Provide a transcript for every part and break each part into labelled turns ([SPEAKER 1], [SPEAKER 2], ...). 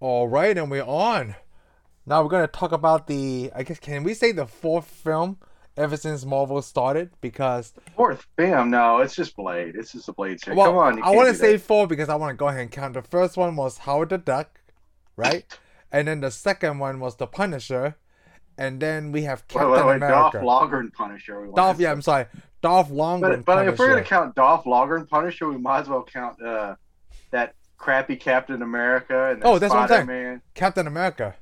[SPEAKER 1] All right, and we're on. Now we're gonna talk about the. I guess can we say the fourth film ever since Marvel started? Because
[SPEAKER 2] Fourth, bam! No, it's just Blade. It's just a Blade series.
[SPEAKER 1] well,
[SPEAKER 2] Come on, you
[SPEAKER 1] I
[SPEAKER 2] can't
[SPEAKER 1] want to
[SPEAKER 2] do
[SPEAKER 1] say
[SPEAKER 2] that.
[SPEAKER 1] four because I want to go ahead and count. The first one was Howard the Duck, right? and then the second one was the Punisher, and then we have
[SPEAKER 2] Wait,
[SPEAKER 1] Captain
[SPEAKER 2] wait, wait, Dolph
[SPEAKER 1] America.
[SPEAKER 2] Lundgren Punisher. We want
[SPEAKER 1] Dolph,
[SPEAKER 2] to
[SPEAKER 1] yeah,
[SPEAKER 2] say.
[SPEAKER 1] I'm sorry, Dolph Lundgren.
[SPEAKER 2] But, but if
[SPEAKER 1] Punisher.
[SPEAKER 2] we're gonna count Dolph Lundgren Punisher, we might as well count uh, that crappy Captain America and
[SPEAKER 1] Oh, that's what I'm saying.
[SPEAKER 2] Man.
[SPEAKER 1] Captain America.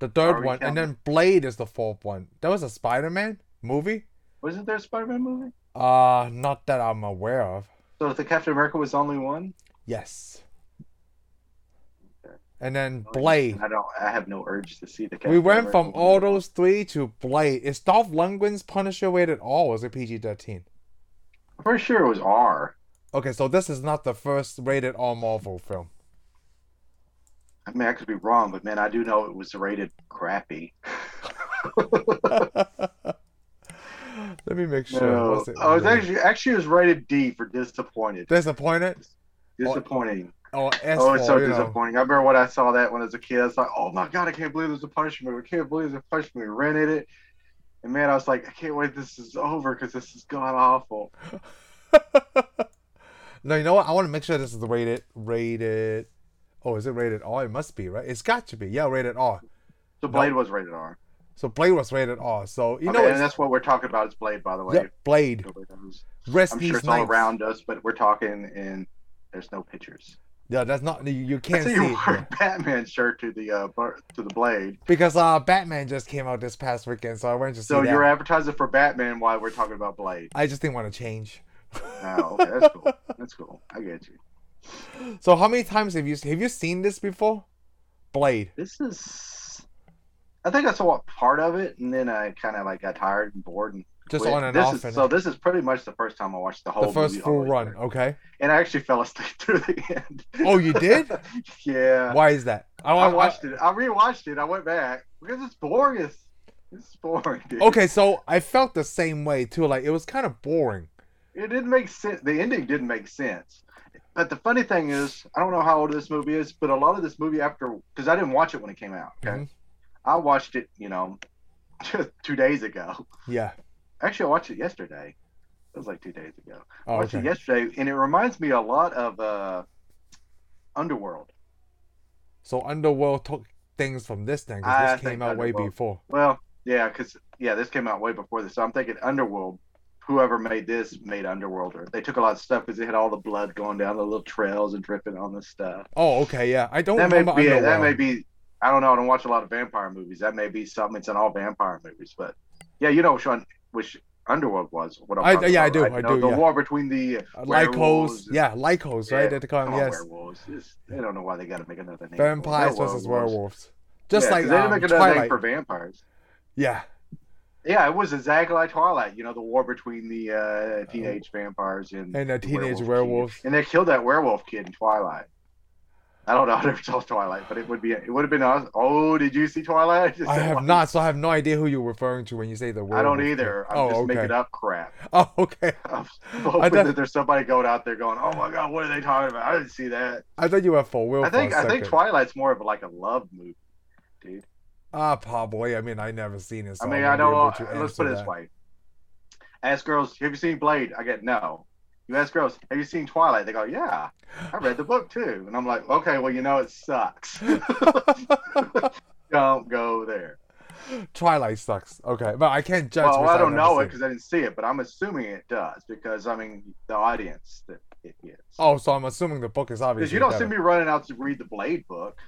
[SPEAKER 1] The
[SPEAKER 2] Are
[SPEAKER 1] third
[SPEAKER 2] we
[SPEAKER 1] one, and
[SPEAKER 2] counting-
[SPEAKER 1] then Blade is the fourth one. That was a Spider-Man movie.
[SPEAKER 2] Wasn't there a Spider-Man movie?
[SPEAKER 1] Uh, not that I'm aware of.
[SPEAKER 2] So the Captain America was the only one.
[SPEAKER 1] Yes. And then
[SPEAKER 2] Oh,
[SPEAKER 1] Blade.
[SPEAKER 2] I don't. I have no urge to see the. Captain
[SPEAKER 1] We went
[SPEAKER 2] America
[SPEAKER 1] from
[SPEAKER 2] movie
[SPEAKER 1] all
[SPEAKER 2] at
[SPEAKER 1] those three to Blade. Is Dolph Lundgren's Punisher rated R or is it PG thirteen?
[SPEAKER 2] I'm pretty sure it was R.
[SPEAKER 1] Okay, so this is not the first rated R Marvel film.
[SPEAKER 2] I mean, I could be wrong, but man, I do know it was rated crappy.
[SPEAKER 1] Let me make sure.
[SPEAKER 2] No.
[SPEAKER 1] What's it
[SPEAKER 2] Oh, it's
[SPEAKER 1] rated?
[SPEAKER 2] actually actually it was rated D for disappointed.
[SPEAKER 1] disappointed
[SPEAKER 2] Disappointing.
[SPEAKER 1] or S
[SPEAKER 2] Oh,
[SPEAKER 1] for
[SPEAKER 2] it's so
[SPEAKER 1] you know.
[SPEAKER 2] disappointing. I remember when I saw that when I was a kid. I was like, oh my god, I can't believe there's a Punisher movie. I can't believe there's a Punisher movie. Rented it, and man, I was like, I can't wait this is over because this is god awful.
[SPEAKER 1] No, you know what? I want to make sure this is rated rated. Oh, is it rated R? It must be right. It's got to be. Yeah, rated R.
[SPEAKER 2] So Blade was rated R.
[SPEAKER 1] So Blade was rated R. So you
[SPEAKER 2] You
[SPEAKER 1] know,
[SPEAKER 2] and
[SPEAKER 1] it's,
[SPEAKER 2] that's what we're talking about is Blade, by the way.
[SPEAKER 1] yeah, Blade.
[SPEAKER 2] Nobody knows.
[SPEAKER 1] Rest
[SPEAKER 2] I'm
[SPEAKER 1] these
[SPEAKER 2] sure it's all
[SPEAKER 1] knights.
[SPEAKER 2] around us, but we're talking and there's no pictures.
[SPEAKER 1] Yeah, that's not you, you
[SPEAKER 2] I
[SPEAKER 1] can't
[SPEAKER 2] see
[SPEAKER 1] see
[SPEAKER 2] you
[SPEAKER 1] it
[SPEAKER 2] wore a Batman shirt to the uh, bar- to the Blade.
[SPEAKER 1] because uh, Batman just came out this past weekend, so I went to see
[SPEAKER 2] So
[SPEAKER 1] that.
[SPEAKER 2] you're advertising for Batman while we're talking about Blade.
[SPEAKER 1] I just didn't want to change.
[SPEAKER 2] Oh, okay, that's cool. That's cool. I get you.
[SPEAKER 1] So how many times have you have you seen this before? Blade.
[SPEAKER 2] This is. I think I saw part of it, and then I kind of like got tired and bored and
[SPEAKER 1] Just
[SPEAKER 2] quit.
[SPEAKER 1] on and
[SPEAKER 2] this
[SPEAKER 1] off.
[SPEAKER 2] Is,
[SPEAKER 1] and
[SPEAKER 2] so this is pretty much the first time I watched the whole.
[SPEAKER 1] the first
[SPEAKER 2] movie all
[SPEAKER 1] full
[SPEAKER 2] the way
[SPEAKER 1] run.
[SPEAKER 2] through.
[SPEAKER 1] Okay.
[SPEAKER 2] and I actually fell asleep through the end.
[SPEAKER 1] Oh, you did?
[SPEAKER 2] yeah,
[SPEAKER 1] Why is that? I,
[SPEAKER 2] I
[SPEAKER 1] I-
[SPEAKER 2] watched it. I rewatched it. I went back because it's boring. It's, it's boring. Dude.
[SPEAKER 1] Okay, so I felt the same way too. Like it was kind of boring.
[SPEAKER 2] it didn't make sense. The ending didn't make sense. But the funny thing is, I don't know how old this movie is, but a lot of this movie after, because I didn't watch it when it came out. Okay,
[SPEAKER 1] Mhm.
[SPEAKER 2] I watched it, you know, just two days ago.
[SPEAKER 1] Yeah.
[SPEAKER 2] Actually, I watched it yesterday. It was like two days ago. I
[SPEAKER 1] Oh,
[SPEAKER 2] watched
[SPEAKER 1] okay.
[SPEAKER 2] it yesterday, and it reminds me a lot of uh, Underworld.
[SPEAKER 1] So Underworld took things from this thing 'cause
[SPEAKER 2] I
[SPEAKER 1] this
[SPEAKER 2] think
[SPEAKER 1] came out way
[SPEAKER 2] Underworld-
[SPEAKER 1] before.
[SPEAKER 2] Well, yeah, because yeah, this came out way before this. So I'm thinking Underworld. Whoever made this made Underworld. Or they took a lot of stuff because it had all the blood going down the little trails and dripping on the stuff.
[SPEAKER 1] Oh, okay, yeah. I don't
[SPEAKER 2] that may
[SPEAKER 1] remember
[SPEAKER 2] be it. that
[SPEAKER 1] Underworld.
[SPEAKER 2] may be I don't know, I don't watch a lot of vampire movies. That may be something it's in all vampire movies, but yeah, you know which one which Underworld was what I'm
[SPEAKER 1] I-
[SPEAKER 2] talking
[SPEAKER 1] yeah, I
[SPEAKER 2] about,
[SPEAKER 1] do,
[SPEAKER 2] right?
[SPEAKER 1] I
[SPEAKER 2] You know,
[SPEAKER 1] do,
[SPEAKER 2] The
[SPEAKER 1] yeah.
[SPEAKER 2] war between the
[SPEAKER 1] Uh,
[SPEAKER 2] werewolves
[SPEAKER 1] Lycos, yeah, Lycos,
[SPEAKER 2] Yeah,
[SPEAKER 1] right? That they call
[SPEAKER 2] come
[SPEAKER 1] them,
[SPEAKER 2] on,
[SPEAKER 1] Oh, yes.
[SPEAKER 2] Oh, werewolves. It's- I don't know why they gotta make another name. for them.
[SPEAKER 1] Vampires
[SPEAKER 2] They're
[SPEAKER 1] versus werewolves, just
[SPEAKER 2] Yeah, 'cause
[SPEAKER 1] like
[SPEAKER 2] they didn't
[SPEAKER 1] um,
[SPEAKER 2] make another name
[SPEAKER 1] Twilight.
[SPEAKER 2] for vampires.
[SPEAKER 1] Yeah,
[SPEAKER 2] Yeah, it was exactly like Twilight, you know, the war between the uh, teenage vampires and
[SPEAKER 1] Oh. and the
[SPEAKER 2] the
[SPEAKER 1] teenage
[SPEAKER 2] werewolf
[SPEAKER 1] werewolves.
[SPEAKER 2] kid. And they killed that werewolf kid in Twilight. I don't know. I never saw Twilight, but it would be. It would have been. awes- Oh, did you see Twilight?
[SPEAKER 1] I have not, so I have no idea who you're referring to when you say the word.
[SPEAKER 2] I don't either. I'm
[SPEAKER 1] oh,
[SPEAKER 2] just
[SPEAKER 1] okay.
[SPEAKER 2] making up crap.
[SPEAKER 1] Oh, okay.
[SPEAKER 2] I'm
[SPEAKER 1] I
[SPEAKER 2] hoping
[SPEAKER 1] thought-
[SPEAKER 2] that there's somebody going out there going, "Oh my god, what are they talking about? I didn't see that."
[SPEAKER 1] I thought you were for Will.
[SPEAKER 2] I think
[SPEAKER 1] for a
[SPEAKER 2] I think
[SPEAKER 1] second.
[SPEAKER 2] Twilight's more of like a love movie, dude.
[SPEAKER 1] Ah, probably. I mean, I never seen it. So
[SPEAKER 2] I mean, I
[SPEAKER 1] wouldn't be
[SPEAKER 2] know. uh,
[SPEAKER 1] able to
[SPEAKER 2] Let's put it
[SPEAKER 1] answer
[SPEAKER 2] this
[SPEAKER 1] that.
[SPEAKER 2] way: ask girls, "Have you seen Blade?" I get no. You ask girls, "Have you seen Twilight?" They go, "Yeah, I read the book too." And I'm like, "Okay, well, you know, it sucks. don't go there."
[SPEAKER 1] Twilight sucks. Okay, but I can't judge.
[SPEAKER 2] well,
[SPEAKER 1] because
[SPEAKER 2] I don't
[SPEAKER 1] never
[SPEAKER 2] know it
[SPEAKER 1] seen
[SPEAKER 2] because I didn't see it, but I'm assuming it does because I mean, the audience that it is.
[SPEAKER 1] Oh, so I'm assuming the book is obviously.
[SPEAKER 2] Because you don't
[SPEAKER 1] better.
[SPEAKER 2] see me running out to read the Blade book.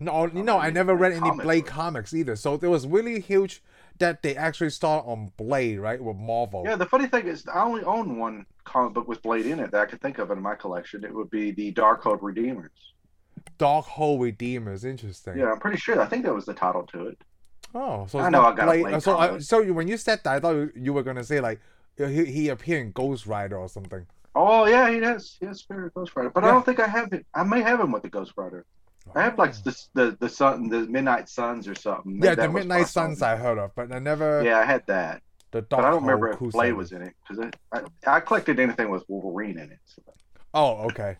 [SPEAKER 1] No, oh, you
[SPEAKER 2] I'm
[SPEAKER 1] know, I
[SPEAKER 2] not reading
[SPEAKER 1] never
[SPEAKER 2] Blade
[SPEAKER 1] read any
[SPEAKER 2] comic
[SPEAKER 1] Blade
[SPEAKER 2] books.
[SPEAKER 1] comics either. So it was really huge that they actually started on Blade, right, with Marvel.
[SPEAKER 2] Yeah, the funny thing is, I only own one comic book with Blade in it that I could think of in my collection. It would be the Darkhold Redeemers.
[SPEAKER 1] Dark Hole Redeemers, interesting.
[SPEAKER 2] Yeah, I'm pretty sure. I think that was the title to it.
[SPEAKER 1] Oh, so
[SPEAKER 2] I
[SPEAKER 1] it's
[SPEAKER 2] know
[SPEAKER 1] not
[SPEAKER 2] I got a
[SPEAKER 1] Blade.
[SPEAKER 2] Blade
[SPEAKER 1] so, I,
[SPEAKER 2] comic.
[SPEAKER 1] so you, when you said that, I thought you- you were gonna say like uh, he, he appeared in Ghost Rider or something.
[SPEAKER 2] Oh yeah, he has. He has Spirit of Ghost Rider, but
[SPEAKER 1] Yeah.
[SPEAKER 2] I don't think I have it. I may have him with the Ghost Rider. I have like the the the sun, the Midnight Suns or something. Maybe
[SPEAKER 1] yeah,
[SPEAKER 2] that
[SPEAKER 1] the
[SPEAKER 2] was
[SPEAKER 1] Midnight
[SPEAKER 2] possible.
[SPEAKER 1] Suns I heard of, but I never
[SPEAKER 2] Yeah, I had that,
[SPEAKER 1] the Dark
[SPEAKER 2] but I
[SPEAKER 1] Hole
[SPEAKER 2] don't remember if
[SPEAKER 1] Crusader.
[SPEAKER 2] Blade was in it because I, I I collected anything with Wolverine in it. So.
[SPEAKER 1] Oh, okay.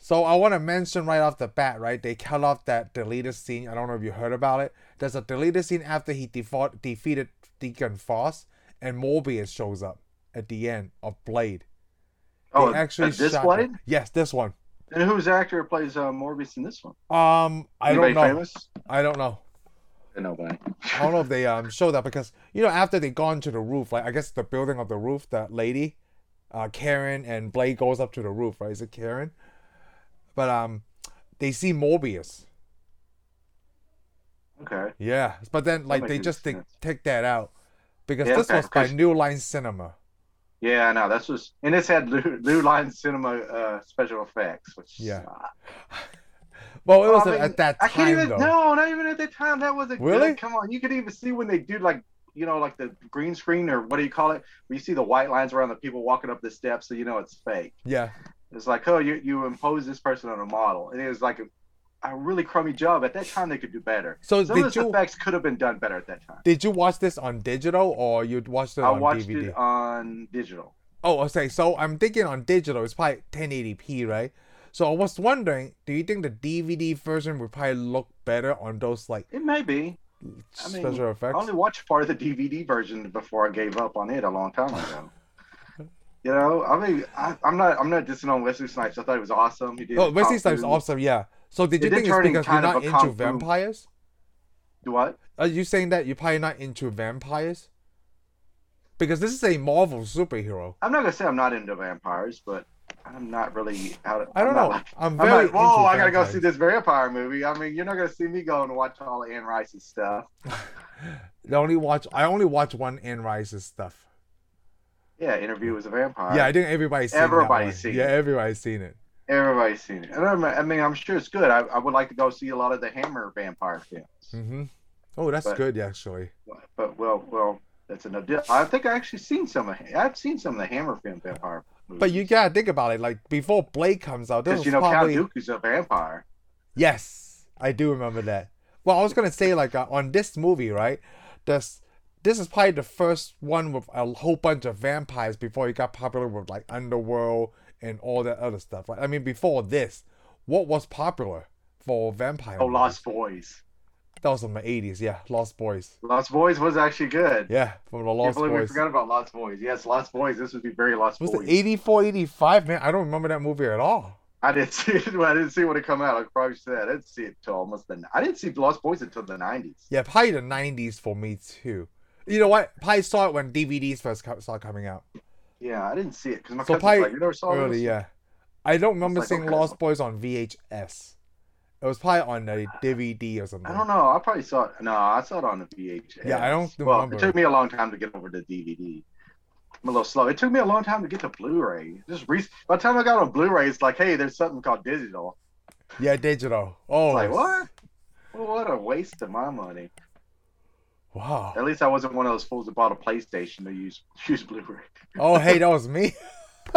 [SPEAKER 1] So I want to mention right off the bat, right? They cut off that deleted scene. I don't know if you heard about it. There's a deleted scene after he default, defeated Deacon Frost, and Morbius shows up at the end of Blade. They
[SPEAKER 2] Oh,
[SPEAKER 1] actually
[SPEAKER 2] actually, this
[SPEAKER 1] shot
[SPEAKER 2] Blade?
[SPEAKER 1] them. Yes, this one.
[SPEAKER 2] And who's the actor who plays uh, Morbius in this one?
[SPEAKER 1] Um, I
[SPEAKER 2] Anybody
[SPEAKER 1] don't know.
[SPEAKER 2] famous?
[SPEAKER 1] I don't know.
[SPEAKER 2] Nobody.
[SPEAKER 1] I don't know if they um show that because you know after they gone to the roof, like I guess the building of the roof, that lady, uh, Karen and Blade goes up to the roof, right? Is it Karen? But um, they see Morbius.
[SPEAKER 2] Okay.
[SPEAKER 1] Yeah, but then like they
[SPEAKER 2] makes
[SPEAKER 1] just take,
[SPEAKER 2] sense.
[SPEAKER 1] take that out because
[SPEAKER 2] Yeah,
[SPEAKER 1] this
[SPEAKER 2] okay,
[SPEAKER 1] was by
[SPEAKER 2] 'cause-
[SPEAKER 1] New Line Cinema.
[SPEAKER 2] Yeah, I know. That's just and it's had Lou, Lou Line Cinema uh, special effects, which
[SPEAKER 1] Yeah.
[SPEAKER 2] sucked.
[SPEAKER 1] Well, it
[SPEAKER 2] Well, Oh, I
[SPEAKER 1] was
[SPEAKER 2] mean,
[SPEAKER 1] at that
[SPEAKER 2] I
[SPEAKER 1] time
[SPEAKER 2] can't even.
[SPEAKER 1] though.
[SPEAKER 2] No, not even at that time. That wasn't
[SPEAKER 1] Really?
[SPEAKER 2] Good. Come on, you could even see when they do like you know like the green screen or what do you call it? Where you see the white lines around the people walking up the steps, so you know it's fake.
[SPEAKER 1] Yeah,
[SPEAKER 2] It's like, oh, you you impose this person on a model, and it was like a, a really crummy job. At that time, they could do better.
[SPEAKER 1] So
[SPEAKER 2] some
[SPEAKER 1] did
[SPEAKER 2] of those
[SPEAKER 1] you-
[SPEAKER 2] effects could have been done better at that time.
[SPEAKER 1] did you watch this on digital or you watched it
[SPEAKER 2] I
[SPEAKER 1] on
[SPEAKER 2] watched
[SPEAKER 1] DVD?
[SPEAKER 2] it on digital.
[SPEAKER 1] Oh, okay. So I'm thinking on digital, it's probably 1080p, right? So I was wondering, do you think the DVD version would probably look better on those like
[SPEAKER 2] It may be. I mean,
[SPEAKER 1] special effects?
[SPEAKER 2] I only watched part of the DVD version before I gave up on it a long time ago. you know, I mean, I, I'm not, I'm not dissing on Wesley Snipes. I thought it was awesome. He did.
[SPEAKER 1] oh, Wesley Snipes
[SPEAKER 2] Kung Fu.
[SPEAKER 1] awesome, yeah. So did
[SPEAKER 2] It
[SPEAKER 1] you
[SPEAKER 2] did
[SPEAKER 1] think it's
[SPEAKER 2] turn in
[SPEAKER 1] because you're
[SPEAKER 2] kind of
[SPEAKER 1] not
[SPEAKER 2] a
[SPEAKER 1] into
[SPEAKER 2] kung fu-
[SPEAKER 1] vampires?
[SPEAKER 2] Do what?
[SPEAKER 1] Are you saying that you're probably not into vampires? Because this is a Marvel superhero.
[SPEAKER 2] I'm not gonna say I'm not into vampires, but I'm not really out. Of,
[SPEAKER 1] I don't
[SPEAKER 2] I'm not
[SPEAKER 1] know.
[SPEAKER 2] Like,
[SPEAKER 1] I'm
[SPEAKER 2] I'm
[SPEAKER 1] very
[SPEAKER 2] like, whoa!
[SPEAKER 1] into
[SPEAKER 2] I gotta go
[SPEAKER 1] vampires.
[SPEAKER 2] see this vampire movie. I mean, you're not gonna see me go and watch all of Anne Rice's stuff.
[SPEAKER 1] I only watch I only watch one Anne Rice's stuff.
[SPEAKER 2] Yeah, Interview with a Vampire.
[SPEAKER 1] Yeah, I think everybody's seen
[SPEAKER 2] Everybody's
[SPEAKER 1] that one.
[SPEAKER 2] seen
[SPEAKER 1] Yeah,
[SPEAKER 2] it.
[SPEAKER 1] everybody's seen it.
[SPEAKER 2] everybody's seen it. And I'm, I mean, I'm sure it's good. I, I would like to go see a lot of the Hammer vampire films.
[SPEAKER 1] hmm Oh, that's
[SPEAKER 2] But-
[SPEAKER 1] good actually.
[SPEAKER 2] But well, well, that's another. deal. I think I actually seen some. Of, I've seen some of the Hammer film vampire. Movies.
[SPEAKER 1] But you gotta think about it. Like before Blade comes out, this
[SPEAKER 2] because
[SPEAKER 1] was
[SPEAKER 2] you know
[SPEAKER 1] probably
[SPEAKER 2] Count Dooku's a vampire.
[SPEAKER 1] yes, I do remember that. Well, I was gonna say like uh, on this movie, right? This this is probably the first one with a whole bunch of vampires before it got popular with like Underworld and all that other stuff. Right? I mean, before this, what was popular for vampire?
[SPEAKER 2] Oh,
[SPEAKER 1] movies?
[SPEAKER 2] Lost Boys.
[SPEAKER 1] That was in the eighties. Yeah, Lost Boys.
[SPEAKER 2] Lost Boys was actually good.
[SPEAKER 1] Yeah, from the Lost
[SPEAKER 2] Can't believe we
[SPEAKER 1] Boys.
[SPEAKER 2] forgot about Lost Boys. Yes, Lost Boys. This would be very Lost
[SPEAKER 1] Was it
[SPEAKER 2] Boys.
[SPEAKER 1] 84, 85? Man, I don't remember that movie at all.
[SPEAKER 2] I didn't see it. I didn't see it when it come out. I probably said I didn't see it till almost the. I didn't see Lost Boys until the nineties.
[SPEAKER 1] Yeah, probably the nineties for me too. You know what? Probably saw it when DVDs first co- started coming out.
[SPEAKER 2] Yeah, I didn't see it because my
[SPEAKER 1] So
[SPEAKER 2] cousin's
[SPEAKER 1] probably
[SPEAKER 2] like, you never saw
[SPEAKER 1] Early,
[SPEAKER 2] this?
[SPEAKER 1] yeah. I don't remember
[SPEAKER 2] like,
[SPEAKER 1] seeing
[SPEAKER 2] okay.
[SPEAKER 1] Lost Boys on VHS. It was probably on a DVD or something.
[SPEAKER 2] I don't know. I probably saw it. No, I saw it on the VHS.
[SPEAKER 1] Yeah, I don't
[SPEAKER 2] Well,
[SPEAKER 1] remember.
[SPEAKER 2] it took me a long time to get over to DVD. I'm a little slow. It took me a long time to get to Blu-ray. Just re- by the time I got on Blu-ray, it's like, hey, there's something called digital.
[SPEAKER 1] Yeah, digital. Oh,
[SPEAKER 2] It's like what? Well, what a waste of my money. At
[SPEAKER 1] Wow.
[SPEAKER 2] least I wasn't one of those fools that bought a PlayStation to use use Blu-ray.
[SPEAKER 1] Oh, hey, that was me.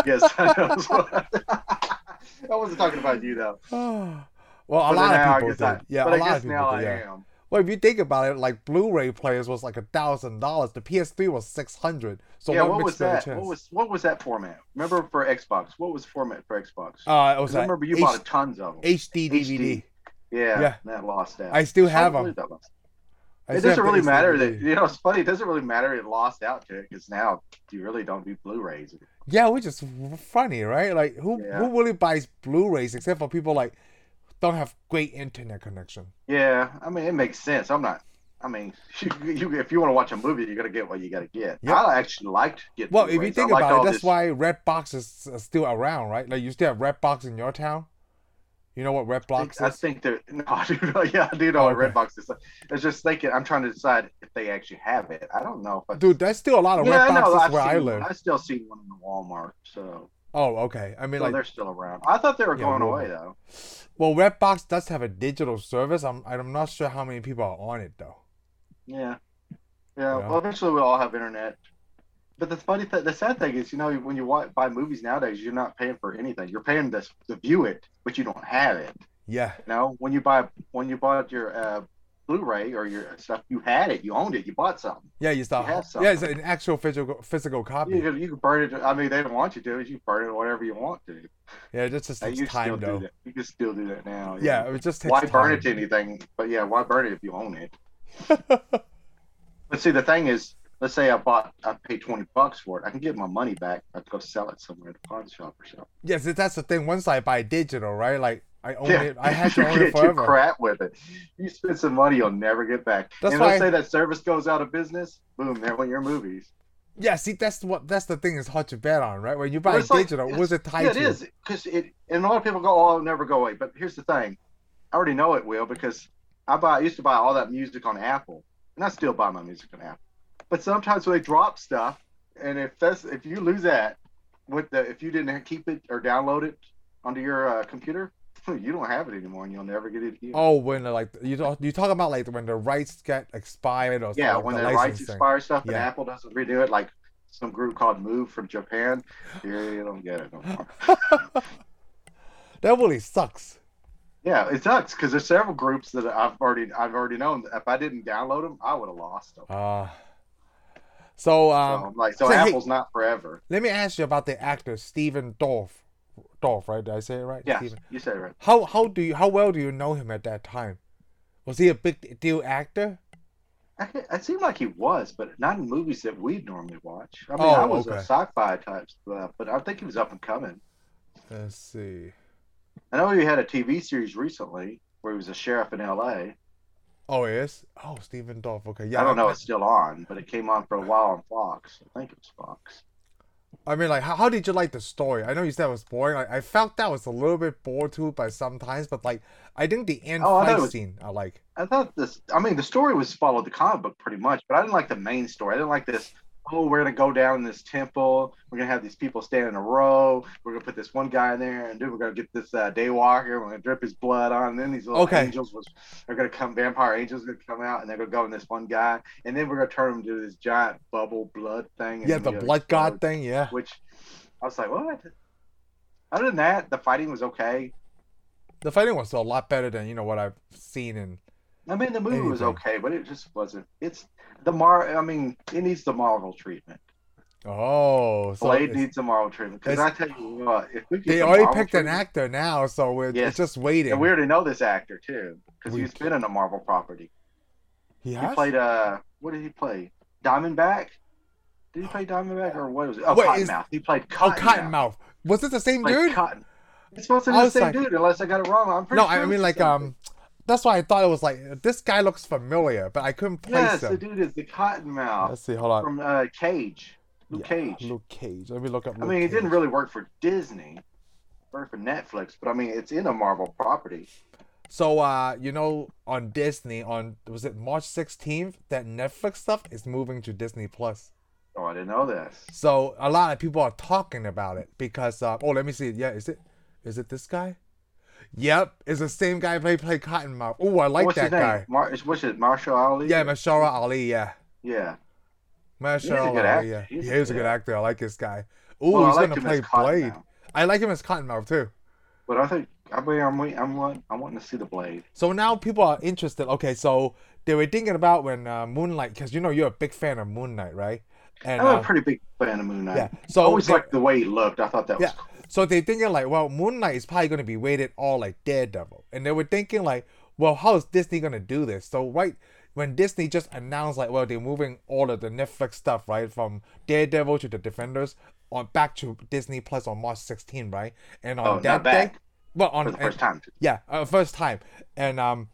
[SPEAKER 2] Yes, I know. that's what I I wasn't talking about you though.
[SPEAKER 1] well, a
[SPEAKER 2] But
[SPEAKER 1] lot
[SPEAKER 2] now I
[SPEAKER 1] of people
[SPEAKER 2] guess
[SPEAKER 1] did.
[SPEAKER 2] I-
[SPEAKER 1] yeah,
[SPEAKER 2] but
[SPEAKER 1] a
[SPEAKER 2] I
[SPEAKER 1] lot
[SPEAKER 2] guess
[SPEAKER 1] of people
[SPEAKER 2] now
[SPEAKER 1] did.
[SPEAKER 2] I
[SPEAKER 1] yeah.
[SPEAKER 2] am.
[SPEAKER 1] Well, if you think about it, like Blu-ray players was like a thousand dollars. The PS3 was six hundred. So
[SPEAKER 2] yeah,
[SPEAKER 1] what,
[SPEAKER 2] what
[SPEAKER 1] makes
[SPEAKER 2] was
[SPEAKER 1] better
[SPEAKER 2] that?
[SPEAKER 1] chance?
[SPEAKER 2] What was what was that format? Remember for Xbox? What was the format for Xbox?
[SPEAKER 1] Uh, it
[SPEAKER 2] 'Cause
[SPEAKER 1] was
[SPEAKER 2] I
[SPEAKER 1] a
[SPEAKER 2] remember you
[SPEAKER 1] H-
[SPEAKER 2] bought tons of them.
[SPEAKER 1] HD DVD.
[SPEAKER 2] HD. Yeah,
[SPEAKER 1] yeah.
[SPEAKER 2] that lost out.
[SPEAKER 1] I still have
[SPEAKER 2] Probably
[SPEAKER 1] them.
[SPEAKER 2] that lost-
[SPEAKER 1] I
[SPEAKER 2] it
[SPEAKER 1] still
[SPEAKER 2] doesn't
[SPEAKER 1] have the
[SPEAKER 2] really
[SPEAKER 1] HD
[SPEAKER 2] matter that
[SPEAKER 1] DVD.
[SPEAKER 2] you know it's funny. It doesn't really matter it lost out to it because now you really don't do Blu-rays.
[SPEAKER 1] Yeah, which is f- funny, right? Like who
[SPEAKER 2] Yeah.
[SPEAKER 1] who really buys Blu-rays except for people like don't have great internet connection.
[SPEAKER 2] Yeah, I mean it makes sense. I'm not. I mean, you, you if you want to watch a movie, you're gonna get what you gotta get.
[SPEAKER 1] Yep.
[SPEAKER 2] I actually liked getting.
[SPEAKER 1] Well, if you
[SPEAKER 2] Blu-rays. I
[SPEAKER 1] think
[SPEAKER 2] liked
[SPEAKER 1] about
[SPEAKER 2] all
[SPEAKER 1] it, that's
[SPEAKER 2] this-
[SPEAKER 1] why Redbox is is still around, right? Like you still have Redbox in your town. You know what
[SPEAKER 2] I
[SPEAKER 1] Redbox
[SPEAKER 2] think- I
[SPEAKER 1] is?
[SPEAKER 2] think they're no, I do know. Yeah, I do know
[SPEAKER 1] Oh,
[SPEAKER 2] what
[SPEAKER 1] okay.
[SPEAKER 2] Redbox is. I was just thinking. I'm trying to decide if they actually have it. I don't know if I.
[SPEAKER 1] Dude, there's still a lot of
[SPEAKER 2] yeah, I know.
[SPEAKER 1] Redboxes
[SPEAKER 2] I've
[SPEAKER 1] where I
[SPEAKER 2] seen
[SPEAKER 1] live.
[SPEAKER 2] One. I still see one in the Walmart, so,
[SPEAKER 1] Oh, okay. I mean,
[SPEAKER 2] so
[SPEAKER 1] like,
[SPEAKER 2] they're still around. I thought they were
[SPEAKER 1] Yeah,
[SPEAKER 2] going
[SPEAKER 1] Walmart.
[SPEAKER 2] away though.
[SPEAKER 1] well, Redbox does have a digital service. I'm I'm not sure how many people are on it though.
[SPEAKER 2] Yeah. Yeah.
[SPEAKER 1] Yeah.
[SPEAKER 2] Well, eventually we'll all have internet. But the funny thing, the sad thing is, you know, when you wa- buy movies nowadays, you're not paying for anything. You're paying to, to view it, but you don't have it.
[SPEAKER 1] Yeah.
[SPEAKER 2] You know, when you buy when you bought your uh, Blu-ray or your stuff, you had it, you owned it, you bought something.
[SPEAKER 1] Yeah, you start.
[SPEAKER 2] You have
[SPEAKER 1] yeah, it's an actual physical physical copy.
[SPEAKER 2] You could, you could burn it. I mean, they don't want you to. You can burn it whatever you want to.
[SPEAKER 1] yeah, it just
[SPEAKER 2] Hey,
[SPEAKER 1] takes
[SPEAKER 2] you can still
[SPEAKER 1] time though.
[SPEAKER 2] do that. You can still do that now.
[SPEAKER 1] Yeah, it just takes
[SPEAKER 2] Why
[SPEAKER 1] time.
[SPEAKER 2] burn it to anything? But yeah, why burn it if you own it? but see, the thing is, let's say I bought, I paid twenty bucks for it. I can get my money back. I go sell it somewhere at a pawn shop or something.
[SPEAKER 1] Yes, it- that's the thing. Once I buy digital, right? Like I own
[SPEAKER 2] yeah,
[SPEAKER 1] it. I had
[SPEAKER 2] you
[SPEAKER 1] to own it
[SPEAKER 2] can't do
[SPEAKER 1] forever.
[SPEAKER 2] crap with it. You spend some money, you'll never get back.
[SPEAKER 1] That's
[SPEAKER 2] and let's
[SPEAKER 1] why-
[SPEAKER 2] say that service goes out of business. Boom, there went your movies.
[SPEAKER 1] Yeah, see, that's what that's the thing. It's hard to bet on, right? When you buy
[SPEAKER 2] Well, it's like-
[SPEAKER 1] digital,
[SPEAKER 2] it's-
[SPEAKER 1] was it tied
[SPEAKER 2] yeah,
[SPEAKER 1] to?
[SPEAKER 2] it is because it. And a lot of people go, "Oh, it'll never go away." But here's the thing: I already know it will because I buy. I used to buy all that music on Apple, and I still buy my music on Apple. But sometimes when they drop stuff, and if that's if you lose that with the if you didn't keep it or download it onto your uh, computer, you don't have it anymore, and you'll never get it again.
[SPEAKER 1] Oh, when the, like you talk, you talk about like when the rights get expired or
[SPEAKER 2] yeah,
[SPEAKER 1] like,
[SPEAKER 2] when
[SPEAKER 1] the
[SPEAKER 2] the rights
[SPEAKER 1] licensing.
[SPEAKER 2] expire stuff, and
[SPEAKER 1] Yeah.
[SPEAKER 2] Apple doesn't redo it, like some group called Move from Japan, you don't get it no more.
[SPEAKER 1] That really sucks.
[SPEAKER 2] Yeah, it sucks because there's several groups that I've already I've already known. that If I didn't download them, I would have lost them.
[SPEAKER 1] Uh, so
[SPEAKER 2] So
[SPEAKER 1] um,
[SPEAKER 2] I'm like, so
[SPEAKER 1] so, hey-
[SPEAKER 2] Apple's not forever.
[SPEAKER 1] let me ask you about the actor Stephen Dorff. Dorff, right? Did I say it right?
[SPEAKER 2] Yeah,
[SPEAKER 1] Stephen.
[SPEAKER 2] you said it right.
[SPEAKER 1] How how do you how well do you know him at that time? Was he a big deal actor?
[SPEAKER 2] I, can't- it seemed like he was, but not in movies that we'd normally watch. I mean,
[SPEAKER 1] Oh,
[SPEAKER 2] I was
[SPEAKER 1] okay.
[SPEAKER 2] a sci-fi type stuff, but I think he was up and coming.
[SPEAKER 1] Let's see.
[SPEAKER 2] I know he had a TV series recently where he was a sheriff in L.A.
[SPEAKER 1] Oh, it is. Oh, Stephen Dorff. Okay, yeah.
[SPEAKER 2] I don't know, it's still on, but it came on for a while on Fox. I think it was Fox.
[SPEAKER 1] I mean, like, how, how did you like the story? I know you said it was boring. Like, I felt that was a little bit bored too by sometimes, but like, I think the end
[SPEAKER 2] Oh, I thought
[SPEAKER 1] fight
[SPEAKER 2] it was-
[SPEAKER 1] scene I like.
[SPEAKER 2] I thought this. I mean, the story was followed the comic book pretty much, but I didn't like the main story. I didn't like this. Oh, we're gonna go down in this temple. We're gonna have these people stand in a row. We're gonna put this one guy in there, and dude, we're gonna get this uh, daywalker. We're gonna drip his blood on. And then these little
[SPEAKER 1] Okay.
[SPEAKER 2] angels was are gonna come. Vampire angels are gonna come out, and they're gonna go in this one guy, and then we're gonna turn him into this giant bubble blood thing. and
[SPEAKER 1] Yeah,
[SPEAKER 2] then
[SPEAKER 1] the
[SPEAKER 2] we're gonna
[SPEAKER 1] blood
[SPEAKER 2] explode
[SPEAKER 1] god thing. Yeah.
[SPEAKER 2] Which I was like, what? Other than that, the fighting was okay.
[SPEAKER 1] The fighting was a lot better than you know what I've seen in.
[SPEAKER 2] I mean, the movie was
[SPEAKER 1] Anything.
[SPEAKER 2] okay, but it just wasn't. It's the Mar. I mean, it needs the Marvel treatment.
[SPEAKER 1] Oh, so
[SPEAKER 2] Blade
[SPEAKER 1] it's-
[SPEAKER 2] needs the Marvel treatment because I
[SPEAKER 1] it's-
[SPEAKER 2] tell you what, if we get
[SPEAKER 1] they
[SPEAKER 2] the
[SPEAKER 1] already
[SPEAKER 2] Marvel
[SPEAKER 1] picked an
[SPEAKER 2] treatment-
[SPEAKER 1] actor now, so we're
[SPEAKER 2] Yes.
[SPEAKER 1] it's just waiting.
[SPEAKER 2] and we already know this actor too because
[SPEAKER 1] We-
[SPEAKER 2] he's been in a Marvel property.
[SPEAKER 1] he
[SPEAKER 2] He
[SPEAKER 1] has.
[SPEAKER 2] played uh, what did he play? Diamondback. Did he play Diamondback or what was it? Oh,
[SPEAKER 1] Wait, is-
[SPEAKER 2] Cottonmouth. He played
[SPEAKER 1] oh,
[SPEAKER 2] Cottonmouth.
[SPEAKER 1] Cottonmouth. Was it the same
[SPEAKER 2] Played
[SPEAKER 1] dude?
[SPEAKER 2] Cotton. It's supposed to be
[SPEAKER 1] I
[SPEAKER 2] the
[SPEAKER 1] was
[SPEAKER 2] same
[SPEAKER 1] like-
[SPEAKER 2] dude unless I got it wrong. I'm pretty
[SPEAKER 1] No,
[SPEAKER 2] sure
[SPEAKER 1] I mean
[SPEAKER 2] it's
[SPEAKER 1] like
[SPEAKER 2] the same
[SPEAKER 1] um, that's why I thought it was like this guy looks familiar, but I couldn't
[SPEAKER 2] dude.
[SPEAKER 1] place
[SPEAKER 2] Yes, the
[SPEAKER 1] him.
[SPEAKER 2] dude is the Cottonmouth
[SPEAKER 1] Let's see. Hold on.
[SPEAKER 2] from uh, Cage. Luke
[SPEAKER 1] Yeah,
[SPEAKER 2] Cage.
[SPEAKER 1] Luke Cage. Let me look up.
[SPEAKER 2] I
[SPEAKER 1] Luke
[SPEAKER 2] mean, it
[SPEAKER 1] Cage.
[SPEAKER 2] didn't really work for Disney, worked for Netflix, but I mean, it's in a Marvel property.
[SPEAKER 1] So uh, you know, on Disney, on was it March sixteenth, that Netflix stuff is moving to Disney Plus.
[SPEAKER 2] Oh, I didn't know this.
[SPEAKER 1] So a lot of people are talking about it because uh, oh, let me see. Yeah, is it, is it this guy? Yep, it's the same guy who played Cottonmouth. Oh, I like
[SPEAKER 2] What's
[SPEAKER 1] that
[SPEAKER 2] his name?
[SPEAKER 1] guy.
[SPEAKER 2] Mar- is- what's it? Marshall Ali.
[SPEAKER 1] Yeah, Mashara Ali. Yeah,
[SPEAKER 2] Yeah.
[SPEAKER 1] Mashara Ali.
[SPEAKER 2] good actor.
[SPEAKER 1] Yeah,
[SPEAKER 2] He's
[SPEAKER 1] he
[SPEAKER 2] a
[SPEAKER 1] is a
[SPEAKER 2] good
[SPEAKER 1] good actor. I like this guy. Ooh,
[SPEAKER 2] Well, I
[SPEAKER 1] he's
[SPEAKER 2] liked
[SPEAKER 1] gonna
[SPEAKER 2] him as
[SPEAKER 1] play Blade.
[SPEAKER 2] Cottonmouth,
[SPEAKER 1] I like him as Cottonmouth too.
[SPEAKER 2] But I think I mean, I'm wait- I'm want- I'm wanting to see the Blade.
[SPEAKER 1] So now people are interested. Okay, so they were thinking about when uh, Moonlight, because you know you're a big fan of Moonlight, right? And
[SPEAKER 2] I'm
[SPEAKER 1] uh,
[SPEAKER 2] a pretty big fan of Moon Knight.
[SPEAKER 1] yeah,
[SPEAKER 2] Oh, I
[SPEAKER 1] so
[SPEAKER 2] always
[SPEAKER 1] they,
[SPEAKER 2] liked the way he looked. I thought that
[SPEAKER 1] yeah,
[SPEAKER 2] was cool.
[SPEAKER 1] so they're thinking like, well, Moonlight is probably going to be rated all like Daredevil, and they were thinking like, well, how is Disney going to do this? So right when Disney just announced like, well, they're moving all of the Netflix stuff right from Daredevil to the Defenders on back to Disney Plus on March 16, right? And
[SPEAKER 2] Oh,
[SPEAKER 1] on
[SPEAKER 2] not
[SPEAKER 1] that day,
[SPEAKER 2] back
[SPEAKER 1] well, on
[SPEAKER 2] for the
[SPEAKER 1] and-
[SPEAKER 2] first time.
[SPEAKER 1] yeah, uh, first time, and um,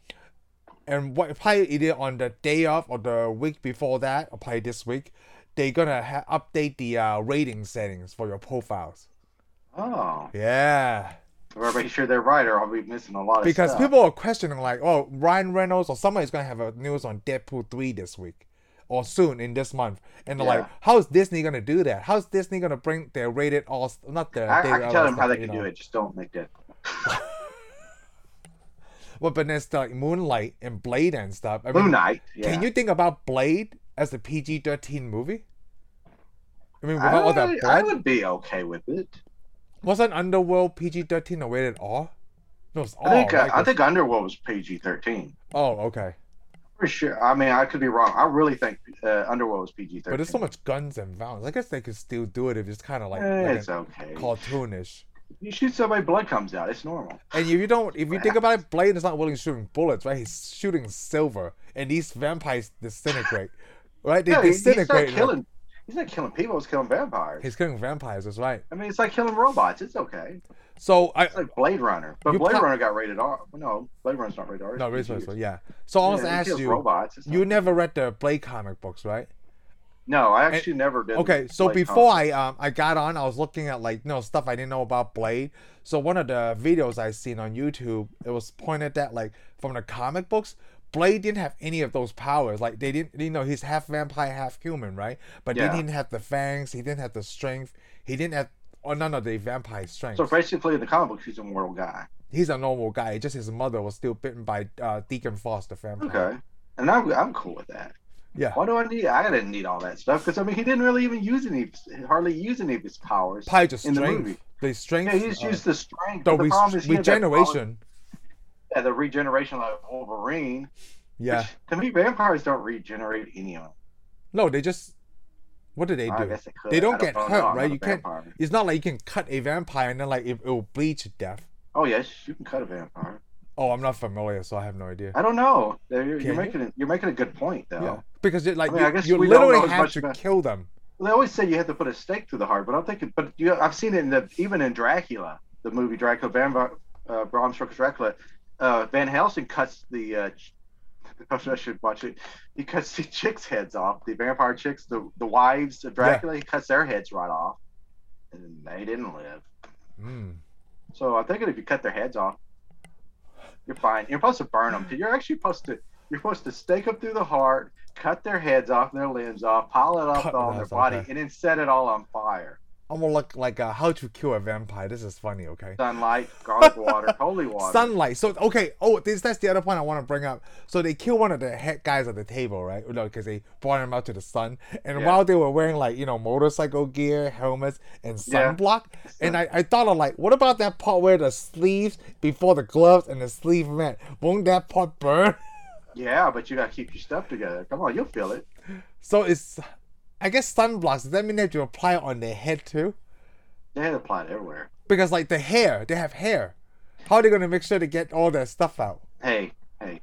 [SPEAKER 1] and what probably either on the day of or the week before that, or probably this week, they're gonna ha- update the uh, rating settings for your profiles.
[SPEAKER 2] Oh,
[SPEAKER 1] Yeah,
[SPEAKER 2] I better make sure they're right, or I'll be missing a lot of
[SPEAKER 1] because
[SPEAKER 2] stuff.
[SPEAKER 1] people are questioning like, oh, Ryan Reynolds or somebody's gonna have a news on Deadpool three this week, or soon in this month, and they're like,
[SPEAKER 2] Yeah.
[SPEAKER 1] how is Disney gonna do that? How is Disney gonna bring their rated all not their
[SPEAKER 2] I,
[SPEAKER 1] they-
[SPEAKER 2] I can tell them how
[SPEAKER 1] stuff,
[SPEAKER 2] they
[SPEAKER 1] you
[SPEAKER 2] can
[SPEAKER 1] know?
[SPEAKER 2] do it. Just don't make that.
[SPEAKER 1] Well, but then it's like Moonlight and Blade and stuff. I mean,
[SPEAKER 2] Moon Knight. Yeah.
[SPEAKER 1] Can you think about Blade as a PG thirteen movie? I mean,
[SPEAKER 2] I,
[SPEAKER 1] without all that
[SPEAKER 2] I
[SPEAKER 1] blood,
[SPEAKER 2] would be okay with it.
[SPEAKER 1] wasn't Underworld PG thirteen or rated R? No, it's R.
[SPEAKER 2] I think uh,
[SPEAKER 1] right?
[SPEAKER 2] I think Underworld was PG thirteen.
[SPEAKER 1] Oh, okay.
[SPEAKER 2] pretty sure. I mean, I could be wrong. I really think uh, Underworld was PG
[SPEAKER 1] But
[SPEAKER 2] thirteen.
[SPEAKER 1] there's so much guns and violence. I guess they could still do it if it's kind of like,
[SPEAKER 2] Eh,
[SPEAKER 1] like
[SPEAKER 2] it's
[SPEAKER 1] a
[SPEAKER 2] okay.
[SPEAKER 1] cartoonish.
[SPEAKER 2] You shoot somebody, blood comes out. It's normal.
[SPEAKER 1] And if you don't, if you think about it, Blade is not really shooting bullets, right? He's shooting silver, and these vampires disintegrate, right? They
[SPEAKER 2] Yeah, he- he's not
[SPEAKER 1] disintegrate.
[SPEAKER 2] killing. He's not killing people. He's killing vampires.
[SPEAKER 1] He's killing vampires. That's right.
[SPEAKER 2] I mean, it's like killing robots. It's okay.
[SPEAKER 1] So I
[SPEAKER 2] It's like Blade Runner, but
[SPEAKER 1] You
[SPEAKER 2] Blade
[SPEAKER 1] pro-
[SPEAKER 2] Runner got rated R. Well, No, Blade Runner's not rated R.
[SPEAKER 1] no,
[SPEAKER 2] PG.
[SPEAKER 1] basically, yeah. So I
[SPEAKER 2] Yeah,
[SPEAKER 1] was
[SPEAKER 2] he
[SPEAKER 1] asked
[SPEAKER 2] kills
[SPEAKER 1] you,
[SPEAKER 2] robots. It's
[SPEAKER 1] you
[SPEAKER 2] not-
[SPEAKER 1] never read the Blade comic books, right?
[SPEAKER 2] no, I actually never did.
[SPEAKER 1] Okay, so
[SPEAKER 2] Blade
[SPEAKER 1] before I um I got on, I was looking at like you know stuff I didn't know about Blade. So one of the videos I seen on YouTube, it was pointed that like from the comic books, Blade didn't have any of those powers. Like they didn't, you know, he's half vampire, half human, right? But
[SPEAKER 2] Yeah.
[SPEAKER 1] he didn't have the fangs. He didn't have the strength. He didn't have or none of the vampire strength.
[SPEAKER 2] So basically, in the comic books, he's a mortal guy.
[SPEAKER 1] he's a normal guy. It's Just his mother was still bitten by uh, Deacon Foster vampire.
[SPEAKER 2] Okay, and I'm I'm cool with that.
[SPEAKER 1] Yeah.
[SPEAKER 2] Why do I need? I didn't need all that stuff because I mean, he didn't really even use any, hardly use any of his powers.
[SPEAKER 1] Probably just
[SPEAKER 2] In the
[SPEAKER 1] strength.
[SPEAKER 2] movie.
[SPEAKER 1] The strength.
[SPEAKER 2] Yeah, he just
[SPEAKER 1] uh,
[SPEAKER 2] used the strength.
[SPEAKER 1] the
[SPEAKER 2] but the
[SPEAKER 1] re-
[SPEAKER 2] problem is he had that problem-
[SPEAKER 1] regeneration.
[SPEAKER 2] Yeah, the regeneration like Wolverine.
[SPEAKER 1] Yeah.
[SPEAKER 2] Which, to me, vampires don't regenerate any of them.
[SPEAKER 1] No, they just. What do they
[SPEAKER 2] I
[SPEAKER 1] do?
[SPEAKER 2] guess they could.
[SPEAKER 1] They don't
[SPEAKER 2] I
[SPEAKER 1] get
[SPEAKER 2] know.
[SPEAKER 1] hurt, right?
[SPEAKER 2] I'm not a
[SPEAKER 1] You can't-
[SPEAKER 2] vampire.
[SPEAKER 1] It's not like you can cut a vampire and then like it, it will bleed to death.
[SPEAKER 2] Oh yes, you can cut a vampire.
[SPEAKER 1] Oh, I'm not familiar, so I have no idea.
[SPEAKER 2] I don't know. There- You're, you're
[SPEAKER 1] Can you?
[SPEAKER 2] making a, you're making a good point though.
[SPEAKER 1] Yeah, because it, like
[SPEAKER 2] I mean, I
[SPEAKER 1] you-
[SPEAKER 2] guess
[SPEAKER 1] you,
[SPEAKER 2] we don't know
[SPEAKER 1] literally
[SPEAKER 2] as
[SPEAKER 1] have
[SPEAKER 2] much
[SPEAKER 1] to
[SPEAKER 2] about-
[SPEAKER 1] kill them.
[SPEAKER 2] They always say you have to put a stake through the heart, but I'm thinking, but you, I've seen it in the even in Dracula, the movie Dracula, Van, uh, Bram Stoker's Dracula, uh, Van Helsing cuts the. Uh, ch- I should watch it. He cuts the chicks' heads off, the vampire chicks, the the wives of Dracula. He cuts their heads right off, and they didn't live.
[SPEAKER 1] Mm.
[SPEAKER 2] So I'm thinking if you cut their heads off, you're fine. You're supposed to burn them. You're actually supposed to. You're supposed to stake them through the heart, cut their heads off, their limbs off, pile it up
[SPEAKER 1] Cut
[SPEAKER 2] on
[SPEAKER 1] their
[SPEAKER 2] their
[SPEAKER 1] heads off,
[SPEAKER 2] body,
[SPEAKER 1] yeah.
[SPEAKER 2] and then set it all on fire.
[SPEAKER 1] I'm gonna look like uh, how to kill a vampire. This is funny, okay?
[SPEAKER 2] Sunlight, garlic water, holy water.
[SPEAKER 1] Sunlight. So okay. Oh, this that's the other point I want to bring up. So they kill one of the head guys at the table, right? No, because they brought him out to the sun, and
[SPEAKER 2] Yeah.
[SPEAKER 1] while they were wearing like you know motorcycle gear, helmets, and
[SPEAKER 2] Yeah.
[SPEAKER 1] sunblock, and I, I thought of like, what about that part where the sleeves before the gloves and the sleeve met? Won't that part burn?
[SPEAKER 2] yeah, but you gotta keep your stuff together. Come on, you'll feel it.
[SPEAKER 1] So it's, I guess sunblocks. Does that mean that you apply it on their head too?
[SPEAKER 2] They had applied everywhere.
[SPEAKER 1] Because like the hair, they have hair. How are they gonna make sure to get all their stuff out?
[SPEAKER 2] Hey, hey.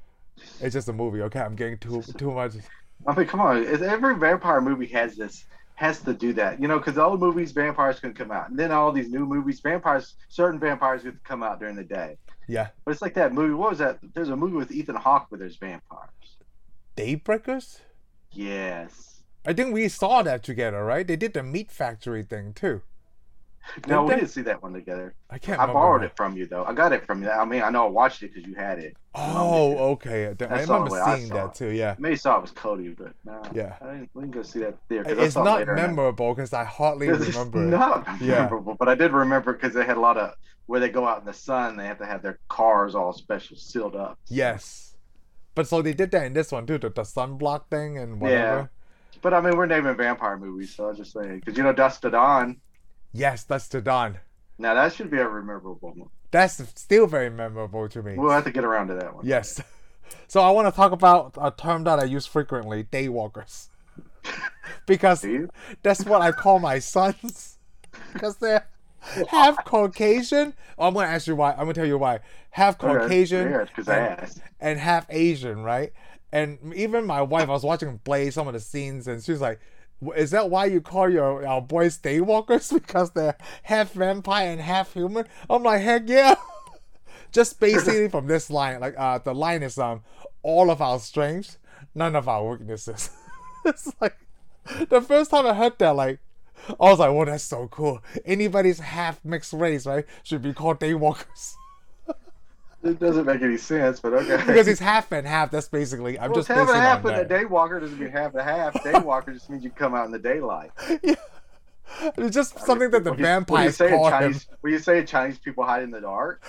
[SPEAKER 1] It's just a movie. Okay, I'm getting too too much.
[SPEAKER 2] I mean, come on. Is- Every vampire movie has this, has to do that, you know, because old movies, vampires can come out, and then all these new movies, vampires, certain vampires get to come out during the day.
[SPEAKER 1] Yeah,
[SPEAKER 2] But it's like that movie. What was that? There's a movie with Ethan Hawke where there's vampires.
[SPEAKER 1] Daybreakers.
[SPEAKER 2] Yes.
[SPEAKER 1] I think we saw that together, right? They did the meat factory thing too.
[SPEAKER 2] no,
[SPEAKER 1] Didn't
[SPEAKER 2] we
[SPEAKER 1] they?
[SPEAKER 2] didn't see that one together.
[SPEAKER 1] I can't.
[SPEAKER 2] I
[SPEAKER 1] remember
[SPEAKER 2] borrowed
[SPEAKER 1] now.
[SPEAKER 2] it from you though. I got it from you. I mean, I know I watched it because you had it.
[SPEAKER 1] Oh, okay. I, I
[SPEAKER 2] That's all
[SPEAKER 1] remember
[SPEAKER 2] the way I
[SPEAKER 1] seeing
[SPEAKER 2] saw
[SPEAKER 1] that
[SPEAKER 2] it.
[SPEAKER 1] too. Yeah,
[SPEAKER 2] Maybe you saw it was Cody, but no.
[SPEAKER 1] Yeah.
[SPEAKER 2] I didn't, we didn't go see that there. 'cause I
[SPEAKER 1] it's
[SPEAKER 2] saw it
[SPEAKER 1] not
[SPEAKER 2] later and I-
[SPEAKER 1] memorable because I hardly
[SPEAKER 2] It's just
[SPEAKER 1] remember. it.
[SPEAKER 2] not
[SPEAKER 1] Yeah.
[SPEAKER 2] memorable, but I did remember because they had a lot of where they go out in the sun. They have to have their cars all special sealed up.
[SPEAKER 1] Yes. But so they did that in this one too, the, the sunblock thing and whatever.
[SPEAKER 2] But I mean, we're naming vampire movies, so I was just saying because you know Dust to Dawn.
[SPEAKER 1] Yes, that's the Don.
[SPEAKER 2] Now that should be a memorable one.
[SPEAKER 1] That's still very memorable to me.
[SPEAKER 2] We'll have to get around to that one.
[SPEAKER 1] yes. So I want to talk about a term that I use frequently, daywalkers. because
[SPEAKER 2] Do you?
[SPEAKER 1] that's what I call my sons. Because they're half Caucasian. Oh, I'm going to ask you why. I'm going to tell you why. Half Caucasian.
[SPEAKER 2] Because I
[SPEAKER 1] and-
[SPEAKER 2] asked.
[SPEAKER 1] and half Asian, right? And even my wife, I was watching Blade, some of the scenes, and she was like, "W- "Is that why you call your our boys daywalkers because they're half vampire and half human?" I'm like, "Heck yeah!" Just basically from this line, like uh, the line is um, all of our strengths, none of our weaknesses. it's like the first time I heard that, like. I was like, "Well, that's so cool. Anybody's half mixed race, right, should be called daywalkers
[SPEAKER 2] It doesn't make any sense, but okay.
[SPEAKER 1] because it's half and half. That's basically. I'm
[SPEAKER 2] well,
[SPEAKER 1] just
[SPEAKER 2] it's half
[SPEAKER 1] basing
[SPEAKER 2] and half,
[SPEAKER 1] on
[SPEAKER 2] but a
[SPEAKER 1] that.
[SPEAKER 2] daywalker doesn't mean half and half. Daywalker just means you come out in the daylight.
[SPEAKER 1] It's just something that the
[SPEAKER 2] What do you- what do you
[SPEAKER 1] vampires
[SPEAKER 2] say in
[SPEAKER 1] call him.
[SPEAKER 2] Chinese, What do you say in Chinese people hide in the dark?